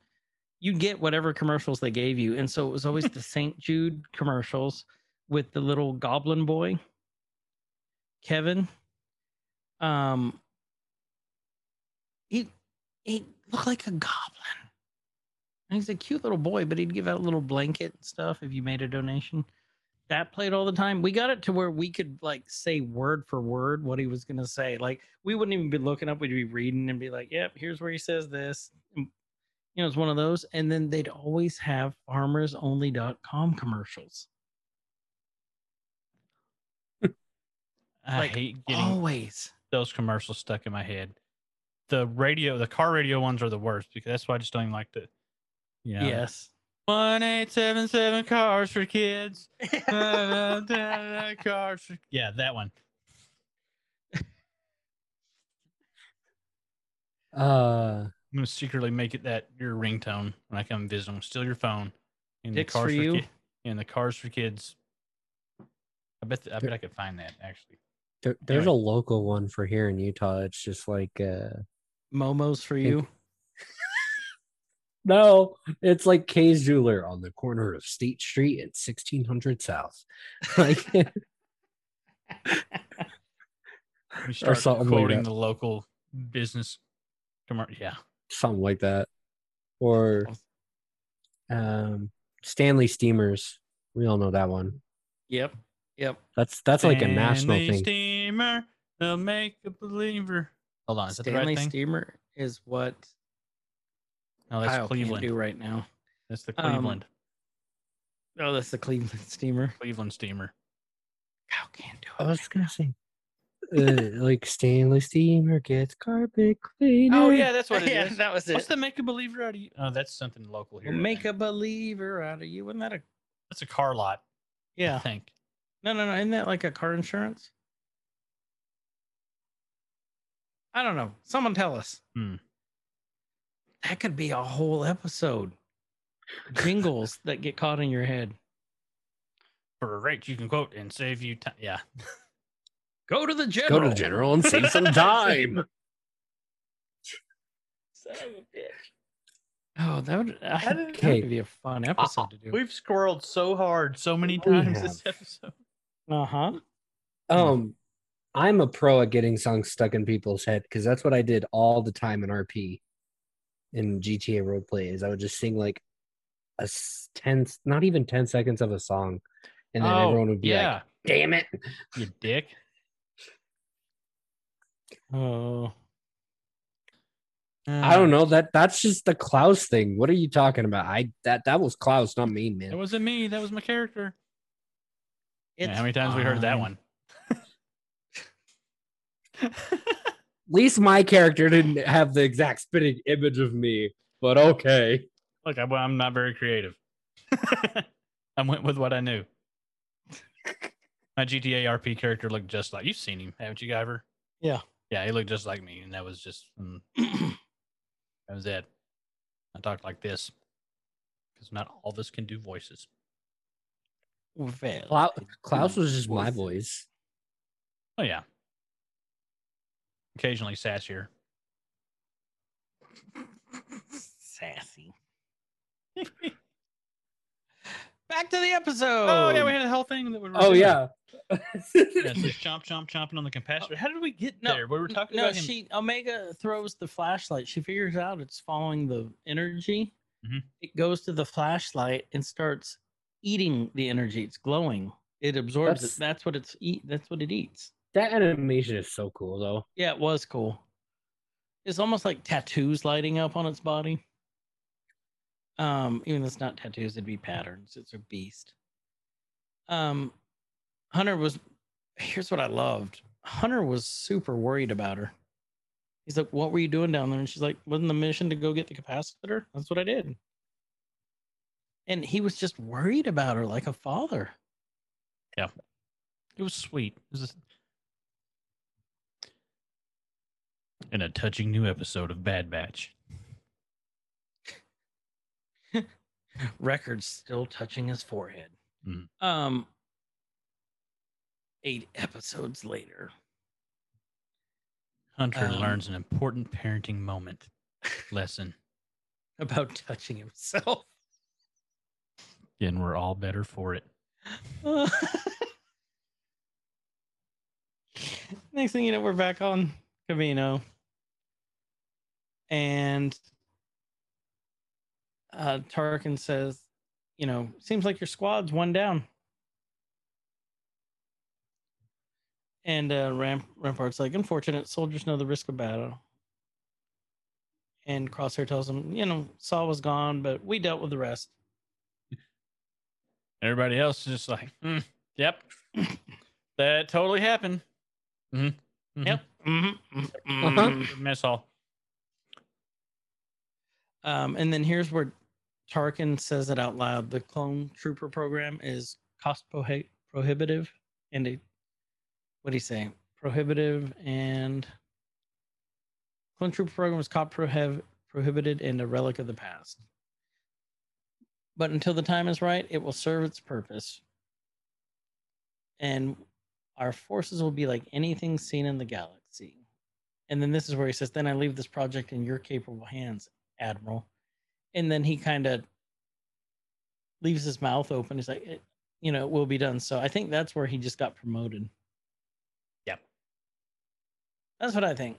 you'd get whatever commercials they gave you. And so it was always the St. Jude commercials with the little goblin boy, Kevin. Um, he, he looked like a goblin. And he's a cute little boy, but he'd give out a little blanket and stuff if you made a donation that played all the time. We got it to where we could like say word for word what he was gonna say. Like we wouldn't even be looking up; we'd be reading and be like, "Yep, here's where he says this." And, you know, it's one of those. And then they'd always have FarmersOnly.com commercials.
I
Like,
hate getting
Always.
those commercials stuck in my head. The radio, the car radio ones are the worst because that's why I just don't even like to. You know,
Yes.
One eight seven seven cars for
(laughs)
kids. Da, da, da, da, cars for- yeah, that one.
Uh,
I'm gonna secretly make it that your ringtone when I come visit them. Steal your phone. And
Dicks for you.
Ki- and the cars for kids. I bet th- I bet I could find that actually.
there, there's a local one for here in Utah. It's just like uh,
Momos for you.
no, it's like Kay's Jeweler on the corner of State Street and 1600 South. (laughs) Like,
You start
something like
quoting
that.
the local business commercial. Yeah.
something like that or um stanley steamers we all know that one
Yep. Yep.
that's that's like a national
Stanley
thing
Steamer, the make a believer. Hold on, is that the
Stanley
right thing?
Steamer is what
no, that's
Kyle can't
Cleveland.
do right now.
That's the
Um,
Cleveland.
Oh, that's the Cleveland steamer.
Cleveland steamer.
How can't do
I
Oh,
was gonna say, uh, like stainless steamer gets carpet cleaner.
Oh yeah, that's what it
(laughs)
is.
yeah, that was
What's
it.
the make a believer out of you? Oh, that's something local here. I think.
Make a believer out of you. Wasn't that a
That's a car lot. I
yeah?
think.
No, no, no. Isn't that like a car insurance? I don't know. Someone tell us.
Hmm.
That could be a whole episode. Jingles that get caught in your head.
For a rate you can quote and save you time. Yeah.
Go to the
Go
general.
to the general and save
(laughs)
some time.
Oh, that would, I, that
Okay.
would be a fun episode to do.
We've squirreled so hard so many
Oh,
We
times
have.
this episode.
Uh huh.
Um, I'm a pro at getting songs stuck in people's head because that's what I did all the time in RP, in GTA roleplay. Is I would just sing like a s- 10, not even ten seconds of a song, and then
Oh,
everyone would be
yeah,
like, "Damn it!"
you dick.
Oh,
I
Mm.
don't know that. That's just the Klaus thing. What are you talking about? I that that was Klaus, not me,
That
man.
wasn't me. That was my character. Yeah, how many times we heard that
fine.
one?
At least my character didn't have the exact spitting image of me. But okay,
Look, I, I'm not very creative. (laughs) I went with what I knew. My GTA RP character looked just like you've seen him, haven't you, Guyver?
Yeah.
Yeah, he looked just like me, and that was just mm, (clears throat) that was it. I talked like this because not all of us can do voices.
Well,
Klau- Klaus was just my voice.
Oh yeah, occasionally sassier.
sassy. (laughs) Back to the episode.
Oh yeah, we had a whole thing that we were.
Oh
doing. (laughs)
yeah.
yeah, it's just chomp chomp chomping on the capacitor. How did we get
Oh, No,
there? We were talking
no,
about him.
she Omega throws the flashlight. She figures out it's following the energy.
Mhm.
It goes to the flashlight and starts eating the energy. It's glowing. It absorbs
That's-
it. That's what it's eat. That's what it eats.
(laughs) That animation is so cool though.
Yeah, it was cool. It's almost like tattoos lighting up on its body. Um, even though it's not tattoos, it'd be patterns. It's a beast. Um, Hunter was here's what I loved. Hunter was super worried about her. He's like, What were you doing down there? And she's like, Wasn't the mission to go get the capacitor? That's what I did. And he was just worried about her like a father.
It was sweet. It was in a touching new episode of Bad Batch.
records still touching his forehead.
Mm.
Um, eight episodes later,
Hunter
Um,
learns an important parenting (laughs) moment lesson,
about (laughs) touching himself.
and we're all better for it.
Next thing you know, we're back on Camino, and uh, Tarkin says, "You know, seems like your squad's one down." And uh, Ramp- Rampart's like, "Unfortunate, soldiers know the risk of battle." And Crosshair tells him, "You know, Saul was gone, but we dealt with the rest."
Everybody else is just like, "Mm, yep,
Mm-hmm.
that totally happened.
(clears throat)
hmm
Yep. Mm-hmm.
Mess hall.
Um, and then here's where Tarkin says it out loud. The clone trooper program is cost prohi- prohibitive and it, what do you say? Prohibitive and clone trooper program is cost prohib- prohibited and a relic of the past. But until the time is right, it will serve its purpose. And our forces will be like anything seen in the galaxy. And then this is where he says, Then I leave this project in your capable hands. Admiral. And then he kind of leaves his mouth open. He's like, it, you know, it will be done. So I think that's where he just got promoted.
Yep.
That's what I think.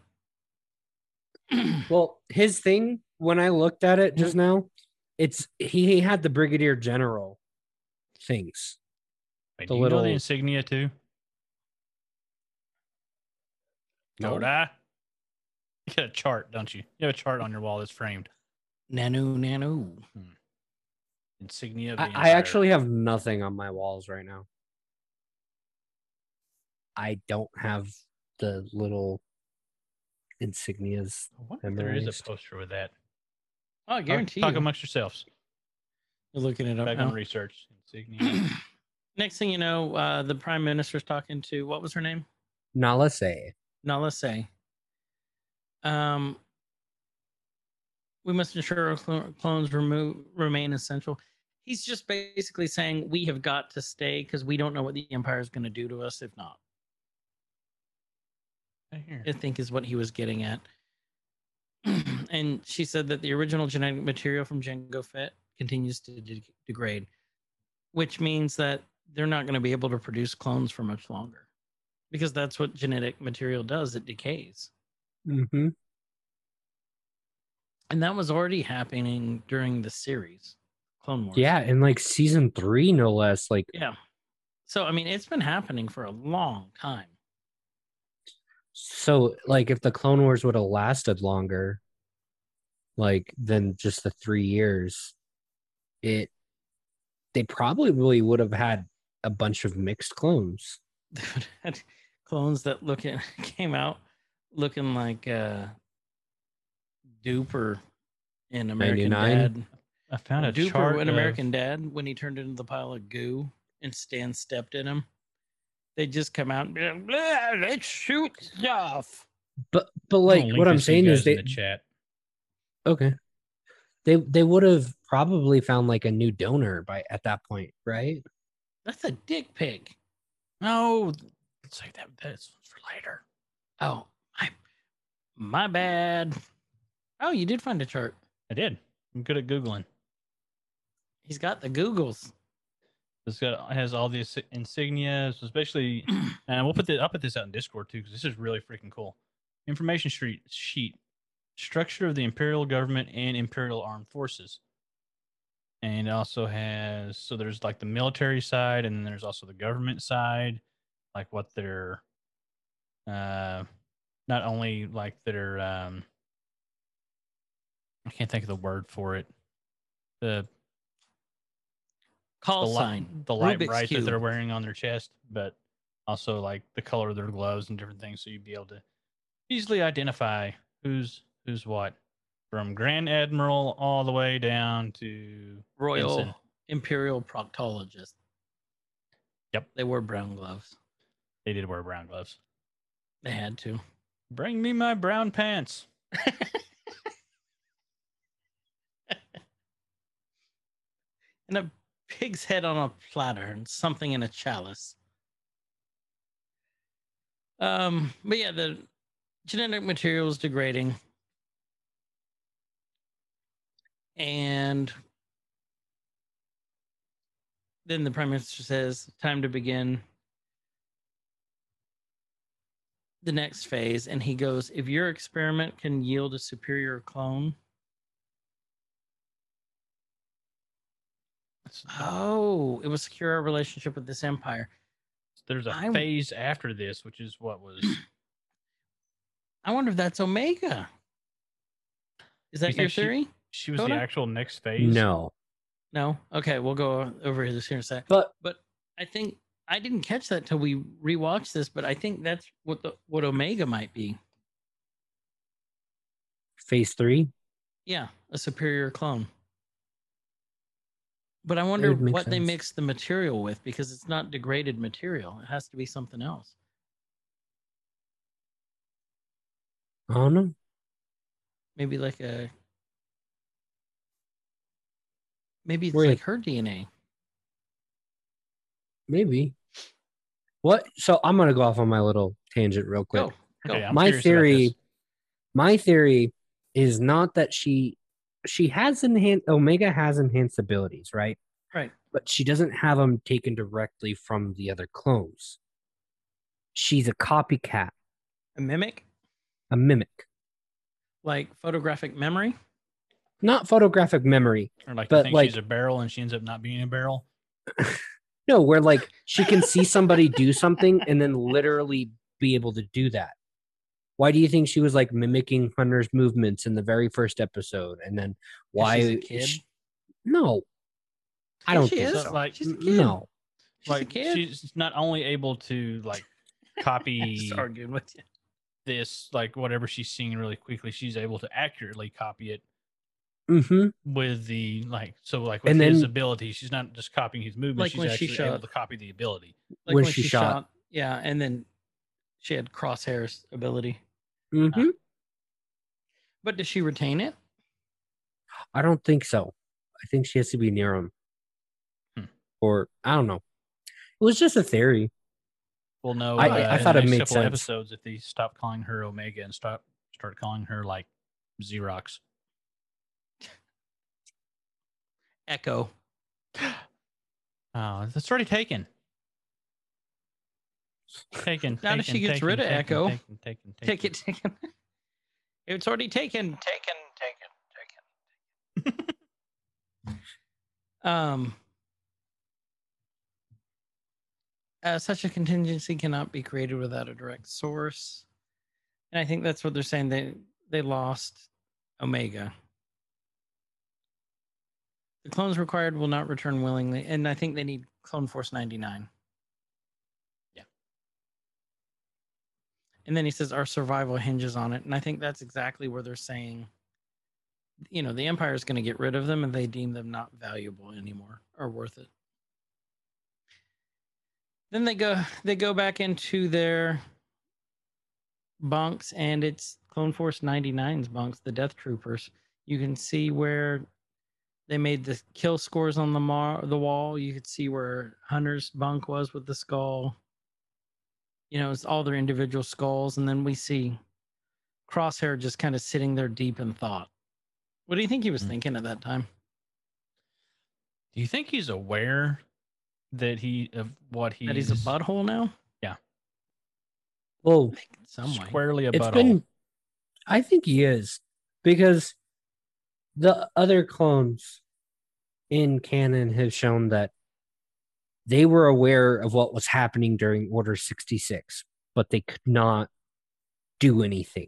Well, his thing when I looked at it just now, it's he, he had the brigadier general things.
Wait,
The
do you know the
little-
insignia too?
No.
Don't I? You got a
Oh,
chart, don't you? You have a chart on your wall that's framed.
Nanu, nanu.
insignia. Of the
I, I
Empire.
actually have nothing on my walls right now. I don't have the little insignias.
I wonder if there is a
memorized.
poster with that.
Oh, I
Talk-
guarantee
Talk
you. Uh-huh.
amongst yourselves.
You're looking it up.
Back
now.
on research. Insignia.
Next thing you know, uh, the prime minister's talking to what was her name?
Now let's say
Nala Say. Um, we must ensure our clo- clones remove, remain essential. He's just basically saying we have got to stay because we don't know what the empire is going to do to us if not.
Right here.
I think is what he was getting at. (clears throat) and she said that the original genetic material from Jango Fett continues to de- degrade, which means that they're not going to be able to produce clones for much longer because that's what genetic material does it decays.
Mm-hmm.
And that was already happening during the series, Clone Wars.
Yeah, in like season three, no less. Like
Yeah. So, I mean, it's been happening for a long time. (laughs)
so, like if the Clone Wars would have lasted longer, like than just the three years, it they probably really would have had a bunch of mixed clones.
Dude, had clones that looking (laughs) came out looking like uh Duper in American
99?
Dad.
I found a
Duper
chart.
in
of-
American Dad when he turned into the pile of goo and Stan stepped in him. They just come out and be like, "Blah, let's shoot stuff.
But but
I'll
like
link
what I'm
this to you
saying is
guys in
they
the chat.
okay they they would have probably found like a new donor by at that point, right?
That's a dick pic.
No, it's like that. That's for later.
Oh, my, my bad. Oh, you did find a chart.
I did. I'm good at googling.
He's got the Googles.
It's got it has all the insi- insignias, especially, and we'll put the I'll put this out in Discord too because this is really freaking cool. Information sheet sheet structure of the imperial government and imperial armed forces, and it also has so there's like the military side and then there's also the government side, like what their, uh, not only like their um, I can't think of the word for it, the
Call
the li-
sign.
the light
Rubik's
bright that they're
Cube.
wearing on their chest, but also like the color of their gloves and different things, so you'd be able to easily identify who's who's what from Grand Admiral all the way down to
Royal
Ensign.
Imperial Proctologist.
Yep.
They wore brown gloves.
they did wear brown gloves.
They had to.
Bring me my brown pants.
And a pig's head on a platter and something in a chalice. Um, but yeah, the genetic material is degrading. And then the prime minister says, time to begin the next phase. And he goes, if your experiment can yield a superior clone.
It's-
Oh, it will secure our relationship with this empire.
There's a
I w-
phase after this, which is what was
I wonder if that's Omega. Is that
think
your
she-
theory?
she was
Coda?
the actual next phase.
No,
No. Okay, we'll go over this here in a sec.
but
I think I didn't catch that till we rewatched this, but I think that's what the what Omega might be.
phase three.
Yeah, a superior clone. But I wonder
would make
what they
sense.
mix the material with because it's not degraded material. It has to be something else.
I don't know.
Maybe like a maybe it's
Wait.
like her DNA.
Maybe. What? So I'm gonna go off on my little tangent real quick.
Go.
Okay,
Go.
I'm
My
curious about
theory-
this.
My theory is not that she she has enhanced Omega has enhanced abilities, right?
Right.
But she doesn't have them taken directly from the other clones. She's a copycat,
A mimic?
a mimic,
Like photographic memory?
not photographic memory.
or like
but,
you think
like-
she's a barrel and she ends up not being a barrel.
No, where like she
(laughs)
can see somebody do something and then literally be able to do that. Why do you think she was like mimicking Hunter's movements in the very first episode? And then why
she's a kid?
sh- no. I don't
she
think
is.
so.
Like,
She's a
N-
kid.
No.
She's a
like
kid.
she's not only able to like copy
(laughs) Just arguing with you.
this, like whatever she's seeing really quickly, she's able to accurately copy it
Uh.
Mm-hmm.
with the like. So like with
And
his
then-
ability, she's not just copying his movement.
Like
she's
when she
actually able
shot-
to copy the ability.
Like
When
when,
she
she,
shot.
shot. Yeah, and then she had crosshairs ability.
Mm-hmm.
But does she retain it?
I don't think so. I think she has to be near him.
Hmm.
Or I don't know. It was just a theory.
We'll know.
I-
uh,
I
in
thought
the
it
next
made
couple
sense.
episodes if they stop calling her Omega and stop start calling her like Xerox.
Echo.
(gasps) Oh, that's already taken. Taken.
Not if
taken,
she gets
taken,
rid of
taken,
Echo.
Taken, taken, taken.
Take it, take it. (laughs) It's already taken.
Taken, taken, taken.
(laughs) Um, uh, such a contingency cannot be created without a direct source, and I think that's what they're saying. They they lost Omega. The clones required will not return willingly, and I think they need Clone Force ninety nine.
Yeah.
And then he says our survival hinges on it, and I think that's exactly where they're saying you know the empire is going to get rid of them and they deem them not valuable anymore or worth it then they go they go back into their bunks and it's clone force 99's bunks the death troopers you can see where they made the kill scores on the mar- the wall you could see where hunter's bunk was with the skull you know it's all their individual skulls and then we see crosshair just kind of sitting there deep in thought what do you think he was
Hmm.
thinking at that time?
Do you think he's aware that he of what he's
That he's a butthole now?
Well,
In some way.
squarely a
it's
butthole?
been I think he is. Because the other clones in canon have shown that they were aware of what was happening during Order 66, but they could not do anything.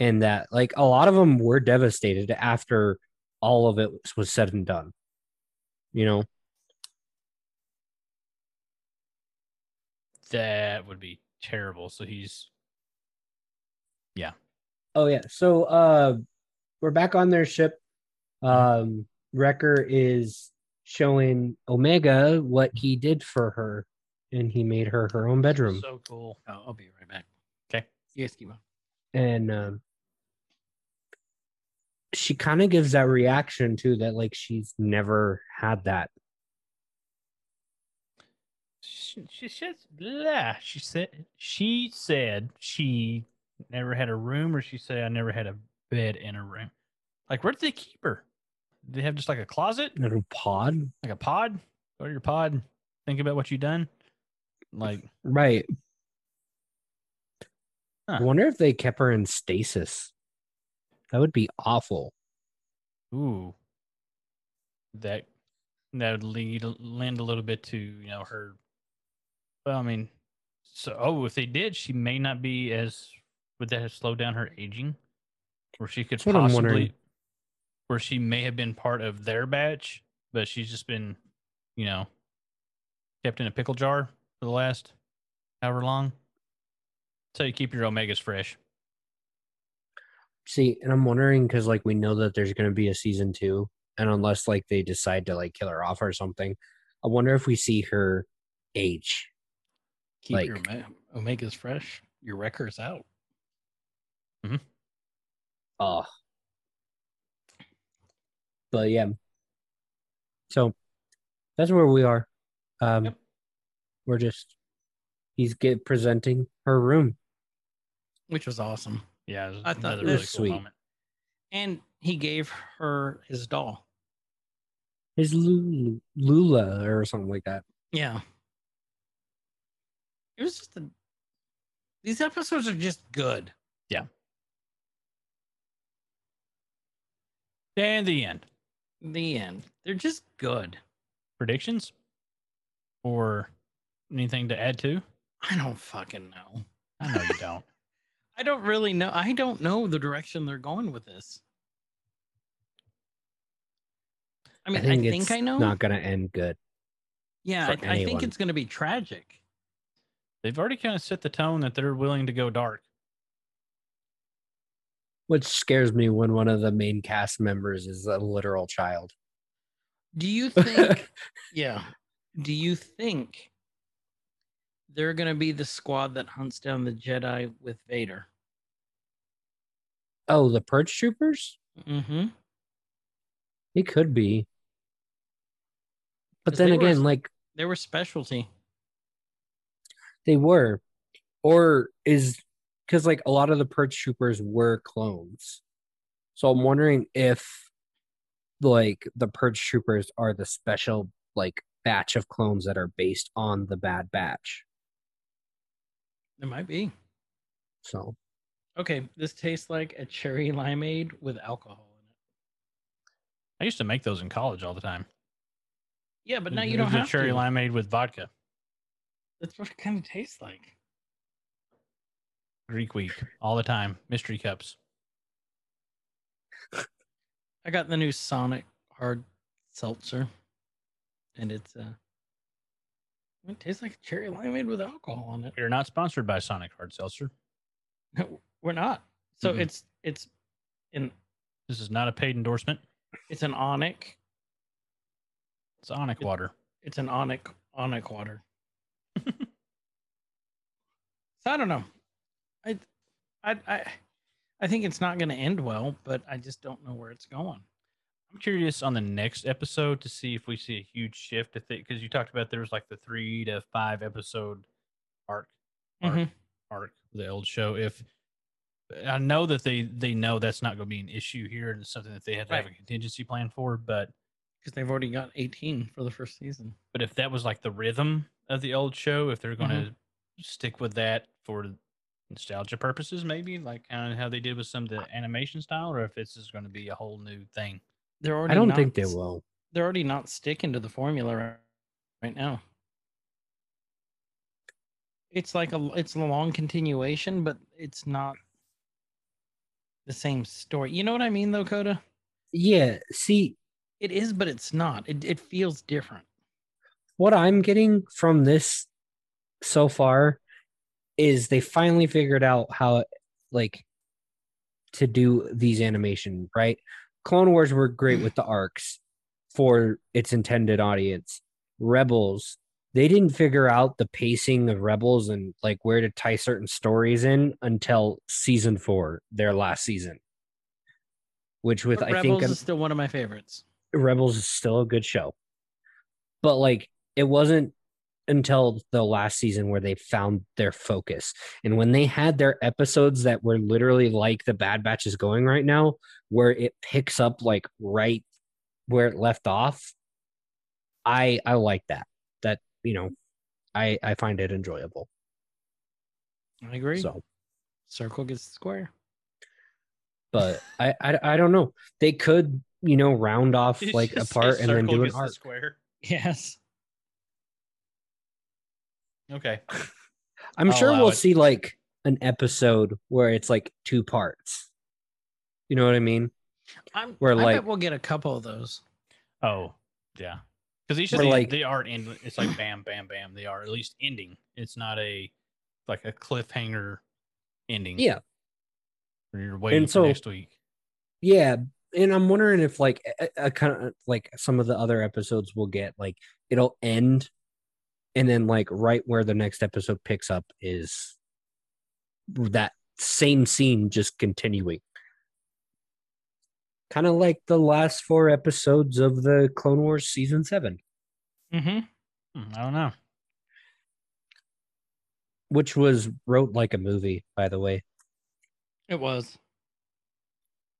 And that, like, a lot of them were devastated after all of it was- was said and done. You know?
that would be terrible. So he's
Oh yeah. So uh we're back on their ship. Um Wrecker is showing Omega what he did for her and he made her her own bedroom.
so cool.
Oh, I'll be right back.
Okay.
You guys keep on.
and um she kind of gives that reaction too that like she's never had that.
She, she says, blah. she said, she said she never had a room, or she said I never had a bed in a room. Like, where did they keep her? Did they have just like a closet,
Little pod.
like a pod? Go to your pod. Think about what you done. Like,
Right.
Huh.
I wonder if they kept her in stasis. That would be awful.
ooh, that that would lead lend a little bit to you know her. Well, I mean, so oh, if they did, she may not be as would that have slowed down her aging, where she could
That's what I'm wondering.
possibly, where she may have been part of their batch, but she's just been, you know, kept in a pickle jar for the last however long. So you keep your omegas fresh.
See, and I'm wondering because like we know that there's going to be a season two, and unless like they decide to like kill her off or something, I wonder if we see her age.
Keep
Like-
your Ome- Omega's fresh. Your wrecker's out.
Oh, but yeah. So that's where we are. Um,
Yep.
we're just he's get presenting her room.
Which was awesome.
Yeah, it was
I thought
another
that-
really cool
Sweet.
moment.
And he gave her his doll.
His Lulu, Lula or something like that.
Yeah. It was just a, these episodes are just good.
And the end.
The end. They're just good.
predictions or anything to add to?
I don't fucking know.
I
(laughs)
know you don't.
I don't really know. I don't know the direction they're going with this. I mean, I think I,
it's
know.
Not gonna end good.
yeah,
for
I, I think
anyone.
it's going to be tragic.
They've already kind of set the tone that they're willing to go dark.
Which scares me when one of the main cast members is a literal child.
Do (laughs) you think? yeah. Do you think they're going to be the squad that hunts down the Jedi with Vader?
Oh, the Purge Troopers?
Mm-hmm.
It could be. But
'Cause they
then
were-
again, like
They were specialty.
they were, or is because like a lot of the Purge Troopers were clones. So I'm wondering if like the Purge Troopers are the special like batch of clones that are based on the Bad Batch.
It might be.
So
Okay, this tastes like a cherry limeade with alcohol in it.
I used to make those in college all the time.
Yeah, but now
It
you
was
don't
a
have
cherry
to.
limeade with vodka.
That's what it kind of tastes like.
Greek week all the time. Mystery cups.
I got the new Sonic hard seltzer, and it's uh, it tastes like a cherry limeade with alcohol in it. (laughs)
We are not sponsored by Sonic Hard Seltzer.
No, we're not. So
Mhm.
it's it's an
This is not a paid endorsement.
it's an onic
It's Onic water.
it's an onic onic
(laughs)
water. so I don't know. I I I I think it's not going to end well, but I just don't know where it's going.
I'm curious on the next episode to see if we see a huge shift. Because you talked about there was like the three to five episode arc, arc,
Mhm.
arc of the old show. If I know that they they know that's not going to be an issue here, and it's something that they had to have a
Right.
contingency plan for. But
because they've already got 18 for the first season.
but if that was like the rhythm of the old show, if they're going to stick with that for nostalgia purposes, maybe like kind of how they did with some of the animation style, or if this is going to be a whole new thing.
They're already
I don't
not,
think they will.
They're already not sticking to the formula right, right now. It's like a it's a long continuation, but it's not the same story. You know what I mean though, Coda?
Yeah. See,
It is, but it's not. It it feels different.
what I'm getting from this so far is they finally figured out how like to do these animation, right? Clone Wars were great with the arcs for its intended audience. Rebels, they didn't figure out the pacing of Rebels and like where to tie certain stories in until season 4, their last season. Which with
But
I
Rebels
think an-
is still one of my favorites.
Rebels is still a good show. But like it wasn't until the last season where they found their focus. And when they had their episodes that were literally like the Bad Batch is going right now, where it picks up like right where it left off, I I like that. That, you know, I I find it enjoyable.
I agree.
So
Circle gets the square.
but I, I I don't know. They could, you know, round off like a
(laughs) Just say
part and then
circle
do an
gets the
arc.
square.
Yes.
Okay.
I'm
I'll
sure
allow
we'll
it.
see like an episode where it's like two parts. You know what I mean?
I'm,
We're
I
like-
bet we'll get a couple of those.
Oh, yeah. Because each of
Or
these,
like-
they are end. It's like bam, bam, bam. They are at least ending. It's not a like a cliffhanger ending.
Yeah.
where You're waiting for
so-
next week. (sighs)
Yeah. And I'm wondering if like a, a kind of like some of the other episodes will get like it'll end and then like right where the next episode picks up is that same scene just continuing. Kind of like the last four episodes of the Clone Wars season 7,
Mm-hmm.
Hmm, I don't know.
which was wrote like a movie by the way.
It was.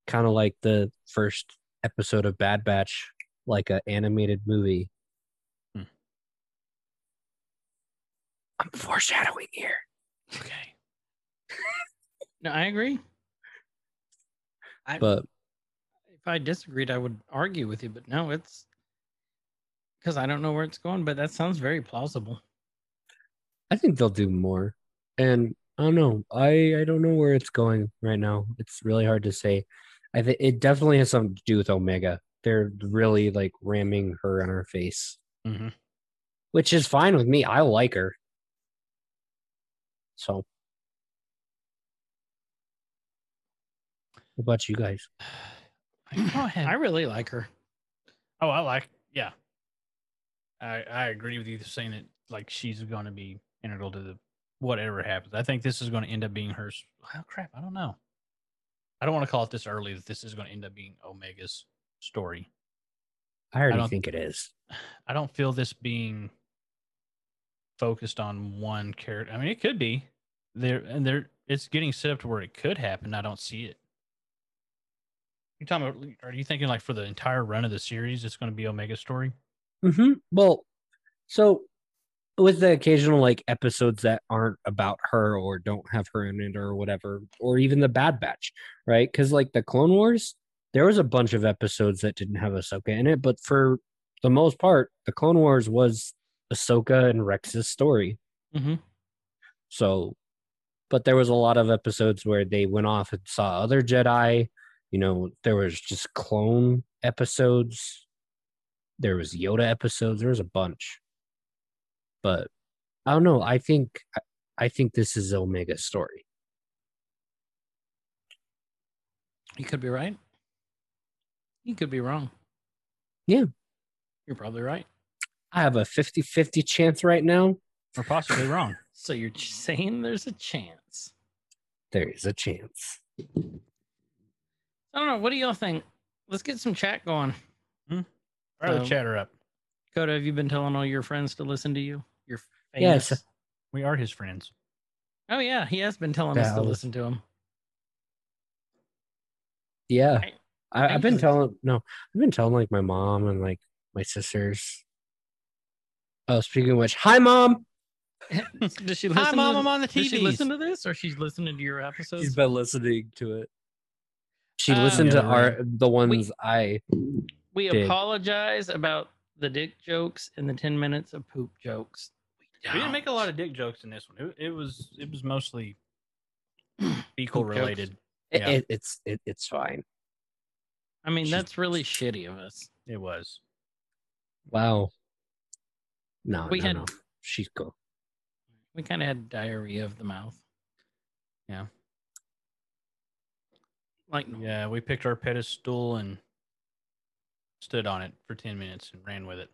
kind of like the first episode of Bad Batch, like a animated movie.
Hmm.
I'm foreshadowing here.
Okay.
(laughs) No, I agree. I-
But
If I disagreed, I would argue with you, but no, it's because I don't know where it's going, but that sounds very plausible.
I think they'll do more. And I don't know. I, I don't know where it's going right now. It's really hard to say. I think it definitely has something to do with Omega they're really like ramming her on her face,
Mhm.
which is fine with me. I like her. So, what about you guys?
I
(clears throat) I really like her.
Oh, I like. Yeah, I I agree with you saying that. Like she's going to be integral to the whatever happens. I think this is going to end up being hers. Oh crap! I don't know. I don't want to call it this early. That this is going to end up being Omega's story.
I already
don't-
think it is.
I don't feel this being focused on one character. I mean, it could be there, and there. It's getting set up to where it could happen. I don't see it. You talking about? Are you thinking like for the entire run of the series, it's going to be Omega's story?
hmm Well, so with the occasional like episodes that aren't about her or don't have her in it or whatever, or even the Bad Batch, right? Because like the Clone Wars, there was a bunch of episodes that didn't have Ahsoka in it, but for the most part, the Clone Wars was Ahsoka and Rex's story.
Mm-hmm.
So, but there was a lot of episodes where they went off and saw other Jedi. You know, there was just clone episodes. There was Yoda episodes. There was a bunch. But I don't know. I think I- I think this is Omega's story.
You could be right. You could be wrong.
Yeah.
You're probably right.
I have a 50-50 chance right now.
Or possibly wrong.
(laughs) So you're ch- saying there's a chance.
There is a chance.
I don't know. What do y'all think? Let's get some chat going.
All right, let's
So-
chat her up.
Coda, have you been telling all your friends to listen to you? Your famous.
Yes.
Yes.
We are his friends.
Oh yeah, he has been telling us to
Valid.
listen to him.
Yeah.
I-
I, I've
Thank
been
you.
telling no, I've been telling like my mom and like my sisters. Oh, speaking of which, hi mom.
Does she listen? to,
on the
does she listen to this, or she's listening to your episodes?
been listening to it. She
Um,
listened to
Yeah,
our
right.
the ones I
we
did.
apologize about the dick jokes and the ten minutes of poop jokes.
We didn't make a lot of dick jokes in this one. It, it was it was mostly (clears throat) fecal
Poop jokes.
related.
it,
Yeah.
it, it's it, it's fine.
I mean,
She's-
that's really shitty of us.
It was.
Wow. No,
We
no,
had-
no. She's cool.
We kind of had diarrhea of the mouth.
Yeah.
Like
Yeah, we picked our pedestal and stood on it for ten minutes and ran with it.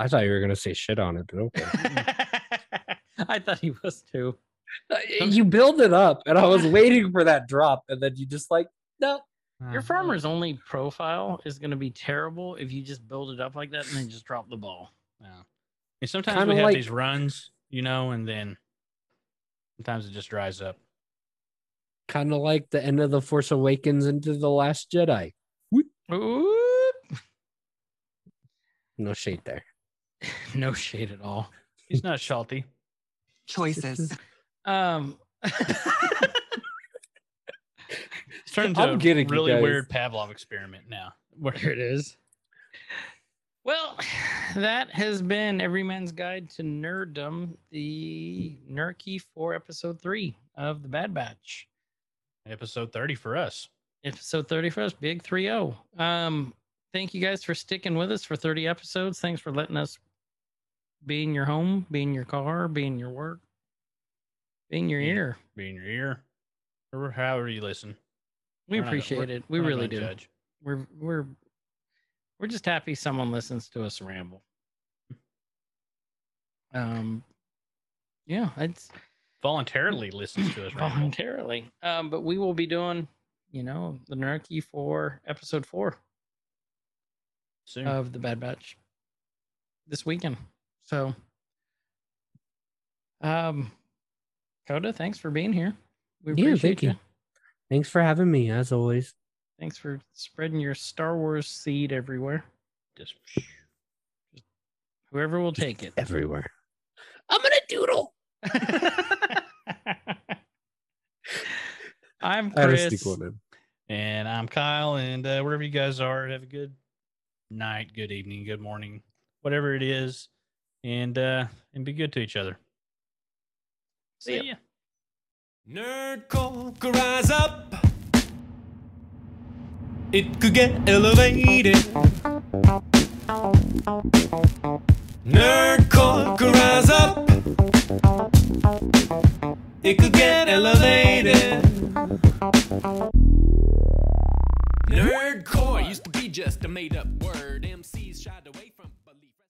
I thought you were gonna say shit on it, but okay.
(laughs) I thought he was too.
(laughs) Uh, you build it up, and I (laughs) was waiting for that drop, and then you just like no.
Mm-hmm.
Your farmer's only profile is going to be terrible if you just build it up like that and then just drop the ball.
Yeah. And sometimes
Kinda
we have
like-
these runs, you know, and then sometimes it just dries up.
Kind of like the end of the Force Awakens into the Last Jedi.
Oop.
No shade there.
No shade at all.
He's not salty.
Choices.
Um, (laughs)
It's turned into
I'm
a
getting you
really
guys.
weird Pavlov experiment now. Where it is.
well, that has been Everyman's Guide to Nerddom, the Nerky for episode three of the Bad Batch.
Episode 30 for us.
episode 30 for us big 3-0 um thank you guys for sticking with us for 30 episodes thanks for letting us be in your home be in your car be in your work be in your
Yeah.
ear
Be in your ear. Or however you listen.
we
We're not gonna-
appreciate
we're-
it we
we're not
really do
gonna judge.
we're we're we're just happy someone listens to us ramble um yeah it's
Voluntarily listens to us. Ramble.
voluntarily um but we will be doing you know the nerky for episode four
Soon.
Mm-hmm.
of the Bad Batch this weekend. So, um, Coda, thanks for being here. We
Yeah,
appreciate
thank
you.
you. Thanks for having me, as always.
Thanks for spreading your Star Wars seed everywhere.
Just
Whoever will take it.
Everywhere. I'm gonna doodle.
I'm
I had to
Chris.
sneak one in.
And I'm Kyle, and uh, wherever you guys are, have a good night, good evening, good morning, whatever it is, and uh, and be good to each other.
See ya.
ya.
Nerdcore, rise up. It could get elevated. Nerdcore could rise up. It could get